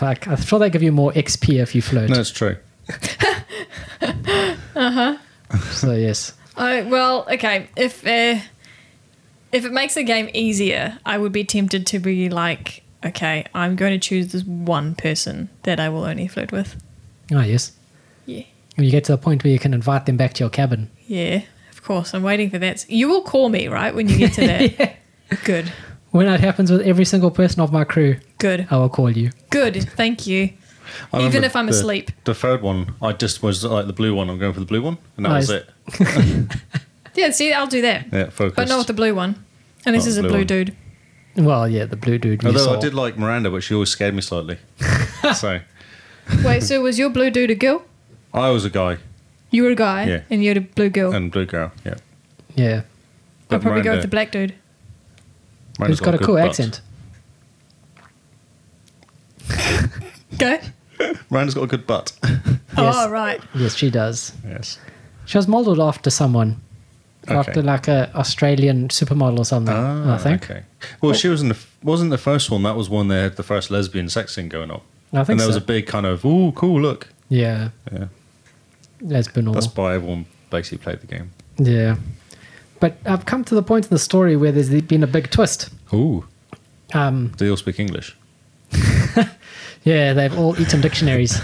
Speaker 3: like I'm sure they give you more XP if you flirt.
Speaker 2: no, it's true.
Speaker 3: So yes,
Speaker 1: Oh well, okay. If uh, if it makes the game easier, I would be tempted to be like, okay, I'm going to choose this one person that I will only flirt with.
Speaker 3: oh yes.
Speaker 1: Yeah,
Speaker 3: When you get to the point where you can invite them back to your cabin.
Speaker 1: yeah. Of course, I'm waiting for that. You will call me right when you get to that. Good,
Speaker 3: When that happens with every single person of my crew,
Speaker 1: good,
Speaker 3: I will call you.
Speaker 1: good. Thank you.
Speaker 2: I
Speaker 1: Even
Speaker 2: remember
Speaker 1: if I'm
Speaker 2: the-
Speaker 1: asleep.
Speaker 2: The third one, I just was like the blue one. I'm going for the blue one, and that
Speaker 3: Nice.
Speaker 2: was it.
Speaker 1: Yeah, see, I'll do that,
Speaker 2: Yeah, focused.
Speaker 1: but not with the blue one. And this
Speaker 2: Not
Speaker 1: is
Speaker 2: the
Speaker 1: a
Speaker 2: blue
Speaker 1: blue
Speaker 2: one.
Speaker 1: dude.
Speaker 3: Well, yeah, the blue dude. we
Speaker 2: Although
Speaker 3: saw.
Speaker 2: I did like Miranda, but she always scared me slightly. so
Speaker 1: Wait, so was your blue dude a girl?
Speaker 2: I was a guy
Speaker 1: You were a guy,
Speaker 2: Yeah.
Speaker 1: and you're the blue
Speaker 3: Oh.
Speaker 1: girl.
Speaker 2: and blue girl. Yeah,
Speaker 3: Yeah,
Speaker 1: I'll
Speaker 2: but
Speaker 1: probably go
Speaker 2: Miranda-
Speaker 1: with the black dude.
Speaker 2: Miranda's
Speaker 3: who's got a
Speaker 2: good
Speaker 3: cool
Speaker 2: butt.
Speaker 3: accent?
Speaker 1: Go.
Speaker 2: Miranda's got a good butt.
Speaker 3: Yes.
Speaker 1: Oh right.
Speaker 3: Yes, she does.
Speaker 2: yes.
Speaker 3: She was modelled after someone,
Speaker 2: Okay.
Speaker 3: after like a Australian supermodel or something.
Speaker 2: Ah,
Speaker 3: I think. Oh.
Speaker 2: Okay. Well, she was in the f- wasn't the first one. That was one that had the first lesbian sex scene going on.
Speaker 3: I think
Speaker 2: and there was
Speaker 3: so.
Speaker 2: a big kind of ooh, cool look.
Speaker 3: Yeah,
Speaker 2: Yeah,
Speaker 3: lesbian or
Speaker 2: that's why everyone basically played the game.
Speaker 3: yeah. But I've come to the point in the story where there's been a big twist.
Speaker 2: Ooh,
Speaker 3: Um,
Speaker 2: do they all speak English?
Speaker 3: Yeah, they've all eaten dictionaries.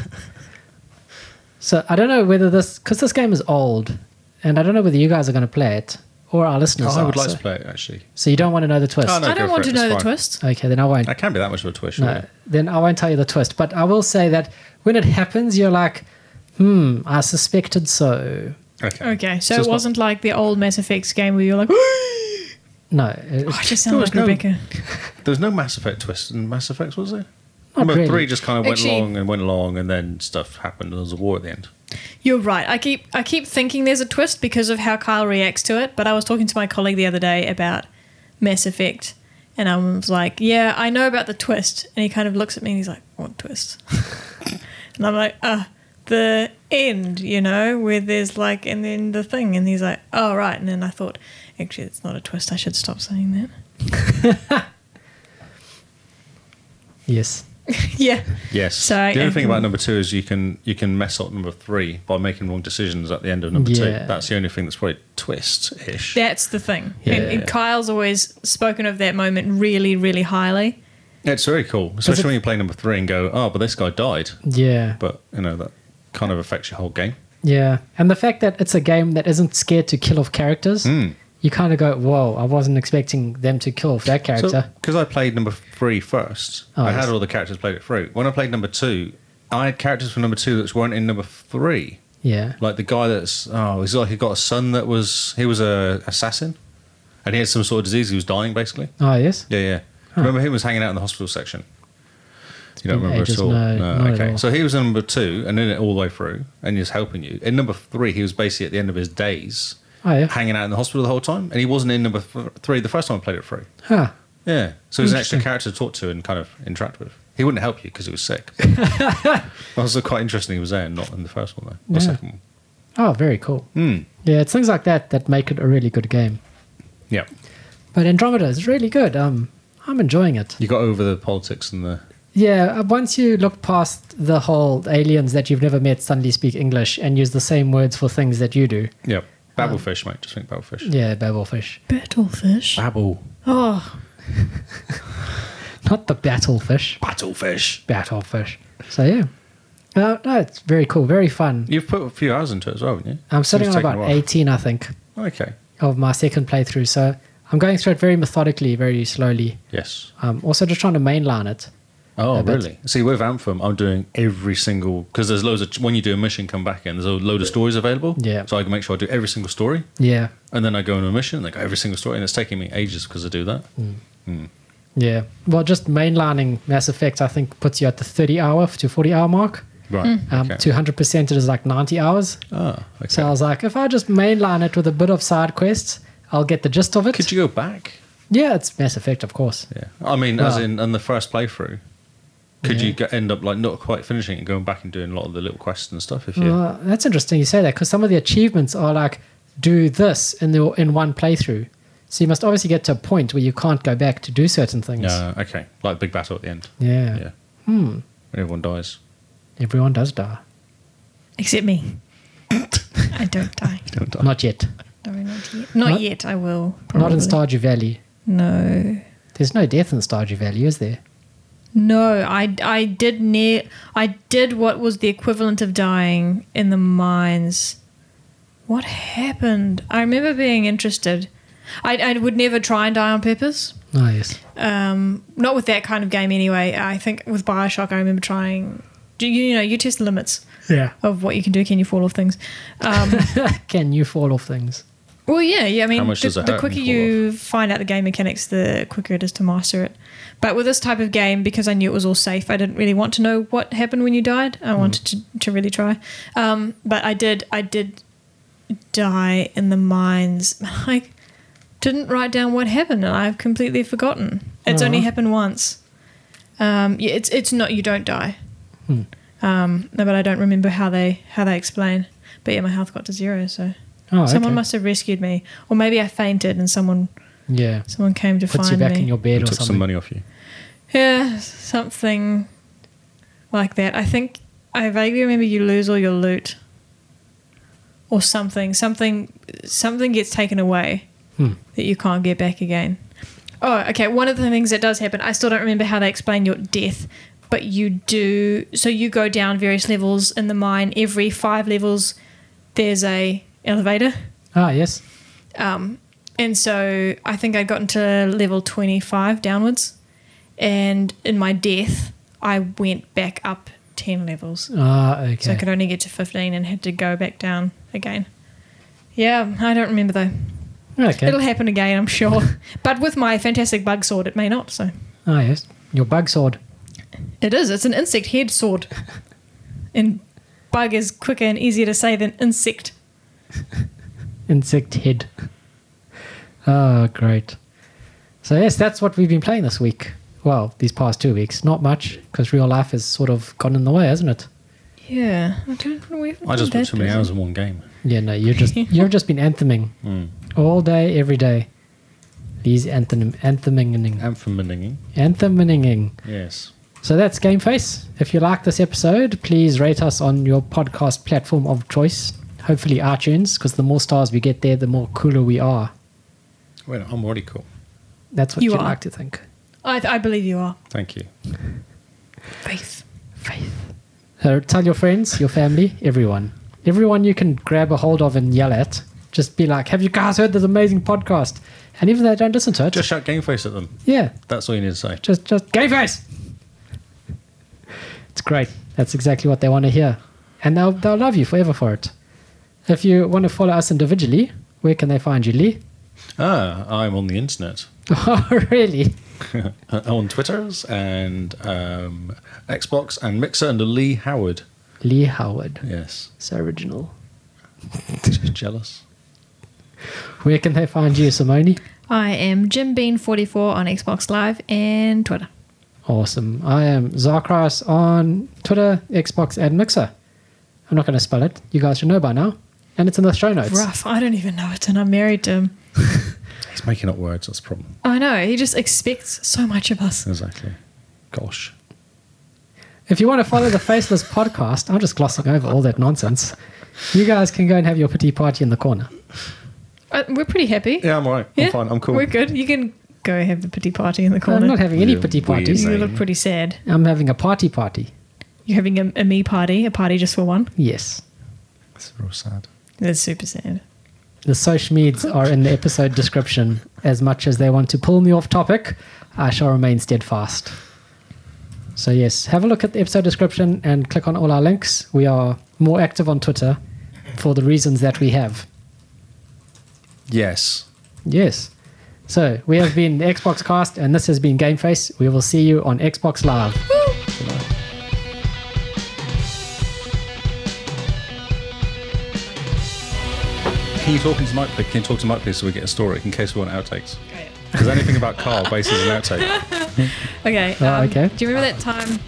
Speaker 3: So I don't know whether this, because this game is old, and I don't know whether you guys are going to play it or our listeners.
Speaker 2: Oh, I would
Speaker 3: are,
Speaker 2: like
Speaker 3: so,
Speaker 2: to play it actually.
Speaker 3: so you don't want to know the twist.
Speaker 2: Oh, no,
Speaker 1: I
Speaker 2: go
Speaker 1: don't
Speaker 2: for
Speaker 1: want
Speaker 2: it,
Speaker 1: to know
Speaker 2: it's
Speaker 1: the
Speaker 2: fine.
Speaker 1: twist.
Speaker 3: Okay, then I won't.
Speaker 2: That can't be that much of a twist.
Speaker 3: No,
Speaker 2: surely.
Speaker 3: then I won't tell you the twist. But I will say that when it happens, you're like, hmm, I suspected so.
Speaker 2: Okay.
Speaker 1: Okay, so,
Speaker 2: it's
Speaker 1: it
Speaker 2: not-
Speaker 1: wasn't like the old Mass Effect game where you're like, oh,
Speaker 3: No, it-
Speaker 1: I just
Speaker 2: There
Speaker 1: sound
Speaker 2: was
Speaker 1: like
Speaker 2: no-
Speaker 1: Rebecca.
Speaker 2: There was no Mass Effect twist in Mass Effects, was there?
Speaker 3: Not
Speaker 2: Number
Speaker 3: really.
Speaker 2: three just kind of went
Speaker 1: Actually-
Speaker 2: along and went along, and then stuff happened, and there was a war at the end.
Speaker 1: You're right. I keep I keep thinking there's a twist because of how Kyle reacts to it. But I was talking to my colleague the other day about Mass Effect, and I was like, "Yeah, I know about the twist." And he kind of looks at me and he's like, "What twist?" and I'm like, "Uh, the end, you know, where there's like, and then the thing." And he's like, "Oh, right." And then I thought, actually, it's not a twist. I should stop saying that.
Speaker 3: yes.
Speaker 1: yeah.
Speaker 2: Yes.
Speaker 1: So I-
Speaker 2: the only thing about number two is you can you can mess up number three by making wrong decisions at the end of number two.
Speaker 3: Yeah.
Speaker 2: That's the only thing that's probably twist ish.
Speaker 1: That's the thing. And,
Speaker 3: Yeah.
Speaker 1: and Kyle's always spoken of that moment really, really highly.
Speaker 2: It's very cool, especially when you play number three and go, oh, but this guy died.
Speaker 3: Yeah.
Speaker 2: But you know that kind of affects your whole game.
Speaker 3: Yeah, and the fact that it's a game that isn't scared to kill off characters, you kind of go, "Whoa, I wasn't expecting them to kill off that character."
Speaker 2: because I played number three first,
Speaker 3: Oh,
Speaker 2: I
Speaker 3: yes.
Speaker 2: had all the characters played it through. When I played number two, I had characters from number two that weren't in number three.
Speaker 3: yeah,
Speaker 2: like the guy that's oh he's like he got a son that was he was a assassin and he had some sort of disease he was dying basically
Speaker 3: oh yes,
Speaker 2: yeah yeah remember him was hanging out in the hospital section you don't
Speaker 3: been
Speaker 2: remember
Speaker 3: ages,
Speaker 2: at all
Speaker 3: no, not at
Speaker 2: okay
Speaker 3: all.
Speaker 2: so he was in number two and in it all the way through and he was helping you in number three he was basically at the end of his days
Speaker 3: oh yeah,
Speaker 2: hanging out in the hospital the whole time and he wasn't in number th- three the first time I played it through
Speaker 3: huh?
Speaker 2: yeah so he's an extra
Speaker 3: Interesting.
Speaker 2: character to talk to and kind of interact with he wouldn't help you because he was sick that was quite interesting he was there and not in the first one though the
Speaker 3: Yeah.
Speaker 2: second one
Speaker 3: Oh, very cool.
Speaker 2: Mm.
Speaker 3: Yeah, it's things like that that make it a really good game.
Speaker 2: yeah
Speaker 3: But Andromeda is really good. Um, I'm enjoying it.
Speaker 2: You got over the politics and the
Speaker 3: Yeah, uh, once you look past the whole aliens that you've never met suddenly speak English and use the same words for things that you do.
Speaker 2: yeah babblefish, mate. Just think babblefish.
Speaker 3: Um, Yeah, babblefish, Ah.
Speaker 1: Battlefish.
Speaker 2: Babble
Speaker 1: Oh,
Speaker 3: not the battlefish,
Speaker 2: battlefish.
Speaker 3: battlefish. So yeah, uh, no, it's very cool, very fun.
Speaker 2: You've put a few hours into it as well, haven't you?
Speaker 3: I'm sitting
Speaker 2: It's
Speaker 3: on
Speaker 2: taken a
Speaker 3: about
Speaker 2: while.
Speaker 3: 18, I think,
Speaker 2: Okay.
Speaker 3: of my second playthrough. So I'm going through it very methodically, very slowly.
Speaker 2: Yes.
Speaker 3: Um, also, just trying to mainline it.
Speaker 2: Oh,
Speaker 3: I bet.
Speaker 2: really? See, with Anthem, I'm doing every single because there's loads of when you do a mission, come back in. There's a load of stories available.
Speaker 3: Yeah.
Speaker 2: So I can make sure I do every single story,
Speaker 3: Yeah,
Speaker 2: and then I go on a mission, and I go every single story, and it's taking me ages because I do that.
Speaker 3: Mm. yeah. Well, just mainlining Mass Effect, I think, puts you at the 30 hour to 40 hour mark.
Speaker 2: Right.
Speaker 3: Um,
Speaker 2: okay.
Speaker 3: To 100%, it is like 90 hours.
Speaker 2: Ah. Okay.
Speaker 3: So I was like, if I just mainline it with a bit of side quests, I'll get the gist of it.
Speaker 2: Could you go back?
Speaker 3: Yeah, it's Mass Effect, of course.
Speaker 2: Yeah, I mean, as
Speaker 3: Well-
Speaker 2: in, in the first playthrough, could
Speaker 3: Yeah.
Speaker 2: you get, end up like not quite finishing it, going back and doing a lot of the little quests and stuff? If you,
Speaker 3: Well, Uh, that's interesting you say that because some of the achievements are like do this in the in one playthrough. So you must obviously get to a point where you can't go back to do certain things.
Speaker 2: yeah, okay, like big battle at the end.
Speaker 3: Yeah. Hmm.
Speaker 2: Yeah, when everyone dies.
Speaker 3: Everyone does die.
Speaker 1: Except me. I don't die.
Speaker 2: Don't die.
Speaker 3: Not yet.
Speaker 1: No, not yet. Not,
Speaker 3: Not-
Speaker 1: yet. I will. Probably.
Speaker 3: Not in Stardew Valley.
Speaker 1: No.
Speaker 3: There's no death in Stardew Valley, is there?
Speaker 1: No, I, I did near I did what was the equivalent of dying in the mines. What happened? I remember being interested. I, I would never try and die on purpose.
Speaker 3: No, yes.
Speaker 1: Um, not with that kind of game anyway. I think with Bioshock, I remember trying. Do you, you know you test the limits
Speaker 3: Yeah.
Speaker 1: of what you can do? Can you fall off things? Um,
Speaker 3: Can you fall off things?
Speaker 1: Well, yeah, yeah. I mean,
Speaker 2: much
Speaker 1: the,
Speaker 2: does it
Speaker 1: the
Speaker 2: hurt
Speaker 1: quicker
Speaker 2: when you
Speaker 1: you
Speaker 2: fall
Speaker 1: find out the game mechanics, the quicker it is to master it. But with this type of game, because I knew it was all safe, I didn't really want to know what happened when you died.
Speaker 2: Mm.
Speaker 1: I wanted to, to really try, um, but I did. I did die in the mines. I didn't write down what happened, and I've completely forgotten. It's only
Speaker 3: Aw.
Speaker 1: happened once. Um, yeah, it's it's not. You don't die.
Speaker 2: Hmm.
Speaker 1: Um, no, but I don't remember how they how they explain. But yeah, my health got to zero, so.
Speaker 3: Oh,
Speaker 1: Someone
Speaker 3: okay.
Speaker 1: must have rescued me, or maybe I fainted and someone
Speaker 3: Yeah.
Speaker 1: someone came to
Speaker 3: Puts
Speaker 1: find
Speaker 3: you back
Speaker 1: me.
Speaker 3: in your
Speaker 2: It
Speaker 3: bed or
Speaker 2: took
Speaker 3: something.
Speaker 2: some money off you.
Speaker 1: yeah, something like that. I think I vaguely remember you lose all your loot, or something. Something something gets taken away
Speaker 3: Hmm.
Speaker 1: that you can't get back again. Oh, okay. One of the things that does happen, I still don't remember how they explain your death, but you do. So you go down various levels in the mine. Every five levels, there's a elevator.
Speaker 3: Ah, yes.
Speaker 1: And so I think I'd gotten to level 25 downwards. And in my death, I went back up 10 levels.
Speaker 3: Ah, okay.
Speaker 1: So I could only get to 15 and had to go back down again. Yeah, I don't remember though.
Speaker 3: okay.
Speaker 1: It'll happen again, I'm sure. but with my fantastic bug sword, it may not. So
Speaker 3: Ah, yes. Your bug sword.
Speaker 1: it is. It's an insect head sword. and bug is quicker and easier to say than insect.
Speaker 3: Insect head. Ah, great. So, yes, that's what we've been playing this week. Well, these past two weeks. Not much, because real life has sort of gone in the way, hasn't it?
Speaker 1: Yeah, I don't know. we haven't
Speaker 2: I just
Speaker 1: done
Speaker 2: put
Speaker 1: that,
Speaker 2: too many
Speaker 1: did we?
Speaker 2: hours in one game.
Speaker 3: Yeah, no, you're just, you've just been antheming all day, every day. These anthem, antheming,
Speaker 2: Anthem mendinging.
Speaker 3: antheming.
Speaker 2: Yes.
Speaker 3: So that's Game Face. If you like this episode, please rate us on your podcast platform of choice. Hopefully iTunes, because the more stars we get there, the more cooler we are.
Speaker 2: Wait, I'm already cool.
Speaker 3: That's what
Speaker 1: You
Speaker 3: you
Speaker 1: are.
Speaker 3: like to think.
Speaker 1: I, I believe you are.
Speaker 2: Thank you.
Speaker 1: Faith.
Speaker 3: Faith. So tell your friends, your family, everyone. Everyone you can grab a hold of and yell at. Just be like, have you guys heard this amazing podcast? And even though they don't listen to it,
Speaker 2: Just shout game face at them.
Speaker 3: yeah,
Speaker 2: That's all you need to say.
Speaker 3: just, just, Game Face! It's great. That's exactly what they want to hear. And they'll, they'll love you forever for it. If you want to follow us individually, where can they find you, Lee?
Speaker 2: Ah, I'm on the internet.
Speaker 3: Oh, really?
Speaker 2: Uh, on Twitters and um, Xbox and Mixer under Lee Howard.
Speaker 3: Lee Howard.
Speaker 2: Yes.
Speaker 3: So original.
Speaker 2: Jealous.
Speaker 3: Where can they find you, Simone?
Speaker 1: I am Jim Bean 44 on Xbox Live and Twitter.
Speaker 3: Awesome. I am Zarkras on Twitter, Xbox, and Mixer. I'm not going to spell it. You guys should know by now. And it's in the show notes.
Speaker 1: Rough. I don't even know it, and I'm married to him.
Speaker 2: He's making up words. That's the problem.
Speaker 1: I know. He just expects so much of us.
Speaker 2: Exactly. Gosh.
Speaker 3: If you want to follow the Faceless podcast, I'm just glossing over all that nonsense. You guys can go and have your pity party in the corner.
Speaker 1: Uh, we're pretty happy.
Speaker 2: Yeah, I'm all right.
Speaker 1: Yeah?
Speaker 2: I'm fine. I'm cool.
Speaker 1: We're good. You can go have the pity party in the corner.
Speaker 3: I'm not having any
Speaker 2: Yeah,
Speaker 3: pity
Speaker 2: weird,
Speaker 3: parties.
Speaker 1: you
Speaker 2: mate.
Speaker 1: look pretty sad.
Speaker 3: I'm having a party party.
Speaker 1: You're having a, a me party, a party just for one.
Speaker 3: Yes.
Speaker 2: It's real sad.
Speaker 1: That's super sad.
Speaker 3: The social meds are in the episode description. As much as they want to pull me off topic, I shall remain steadfast. So, yes, have a look at the episode description and click on all our links. We are more active on Twitter for the reasons that we have.
Speaker 2: Yes.
Speaker 3: Yes. So, we have been the Xbox Cast, and this has been Game Face. We will see you on Xbox Live.
Speaker 2: Can you talk into the mic, please? Can you talk to the mic, please, so we get a story in case we want outtakes?
Speaker 1: Great.
Speaker 2: Because anything about Carl bases an outtake.
Speaker 1: Okay.
Speaker 3: Oh,
Speaker 1: um,
Speaker 3: okay.
Speaker 1: Do you remember that time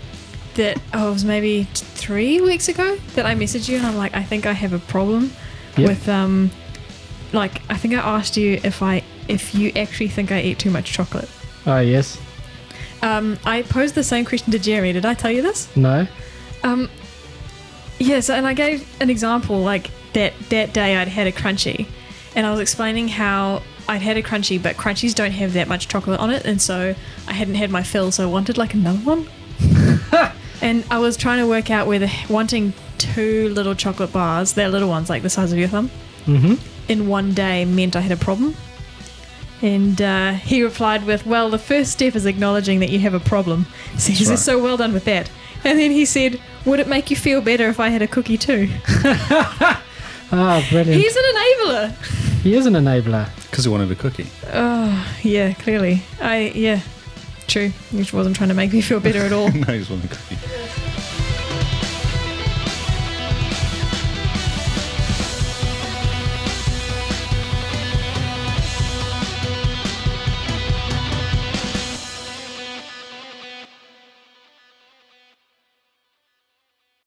Speaker 1: that oh, it was maybe t- three weeks ago that I messaged you and I'm like, I think I have a problem
Speaker 3: Yeah.
Speaker 1: with um, like I think I asked you if I if you actually think I eat too much chocolate.
Speaker 3: Oh yes.
Speaker 1: Um, I posed the same question to Jeremy. Did I tell you this?
Speaker 3: No.
Speaker 1: Um, yes, and I gave an example like that that day I'd had a crunchy, and I was explaining how I'd had a crunchy, but crunchies don't have that much chocolate on it, and so I hadn't had my fill, so I wanted like another one. and I was trying to work out whether wanting two little chocolate bars, they're little ones like the size of your thumb,
Speaker 3: Mm-hmm.
Speaker 1: in one day meant I had a problem. And uh, he replied with, Well, the first step is acknowledging that you have a problem. So he
Speaker 2: That's right.
Speaker 1: says, So well done with that. And then he said, Would it make you feel better if I had a cookie too?
Speaker 3: Ah, brilliant.
Speaker 1: He's an enabler.
Speaker 3: he is an enabler.
Speaker 2: Because he wanted a cookie.
Speaker 1: Oh, yeah, clearly. I, yeah, true. He wasn't trying to make me feel better at all.
Speaker 2: no, he just wanted a cookie.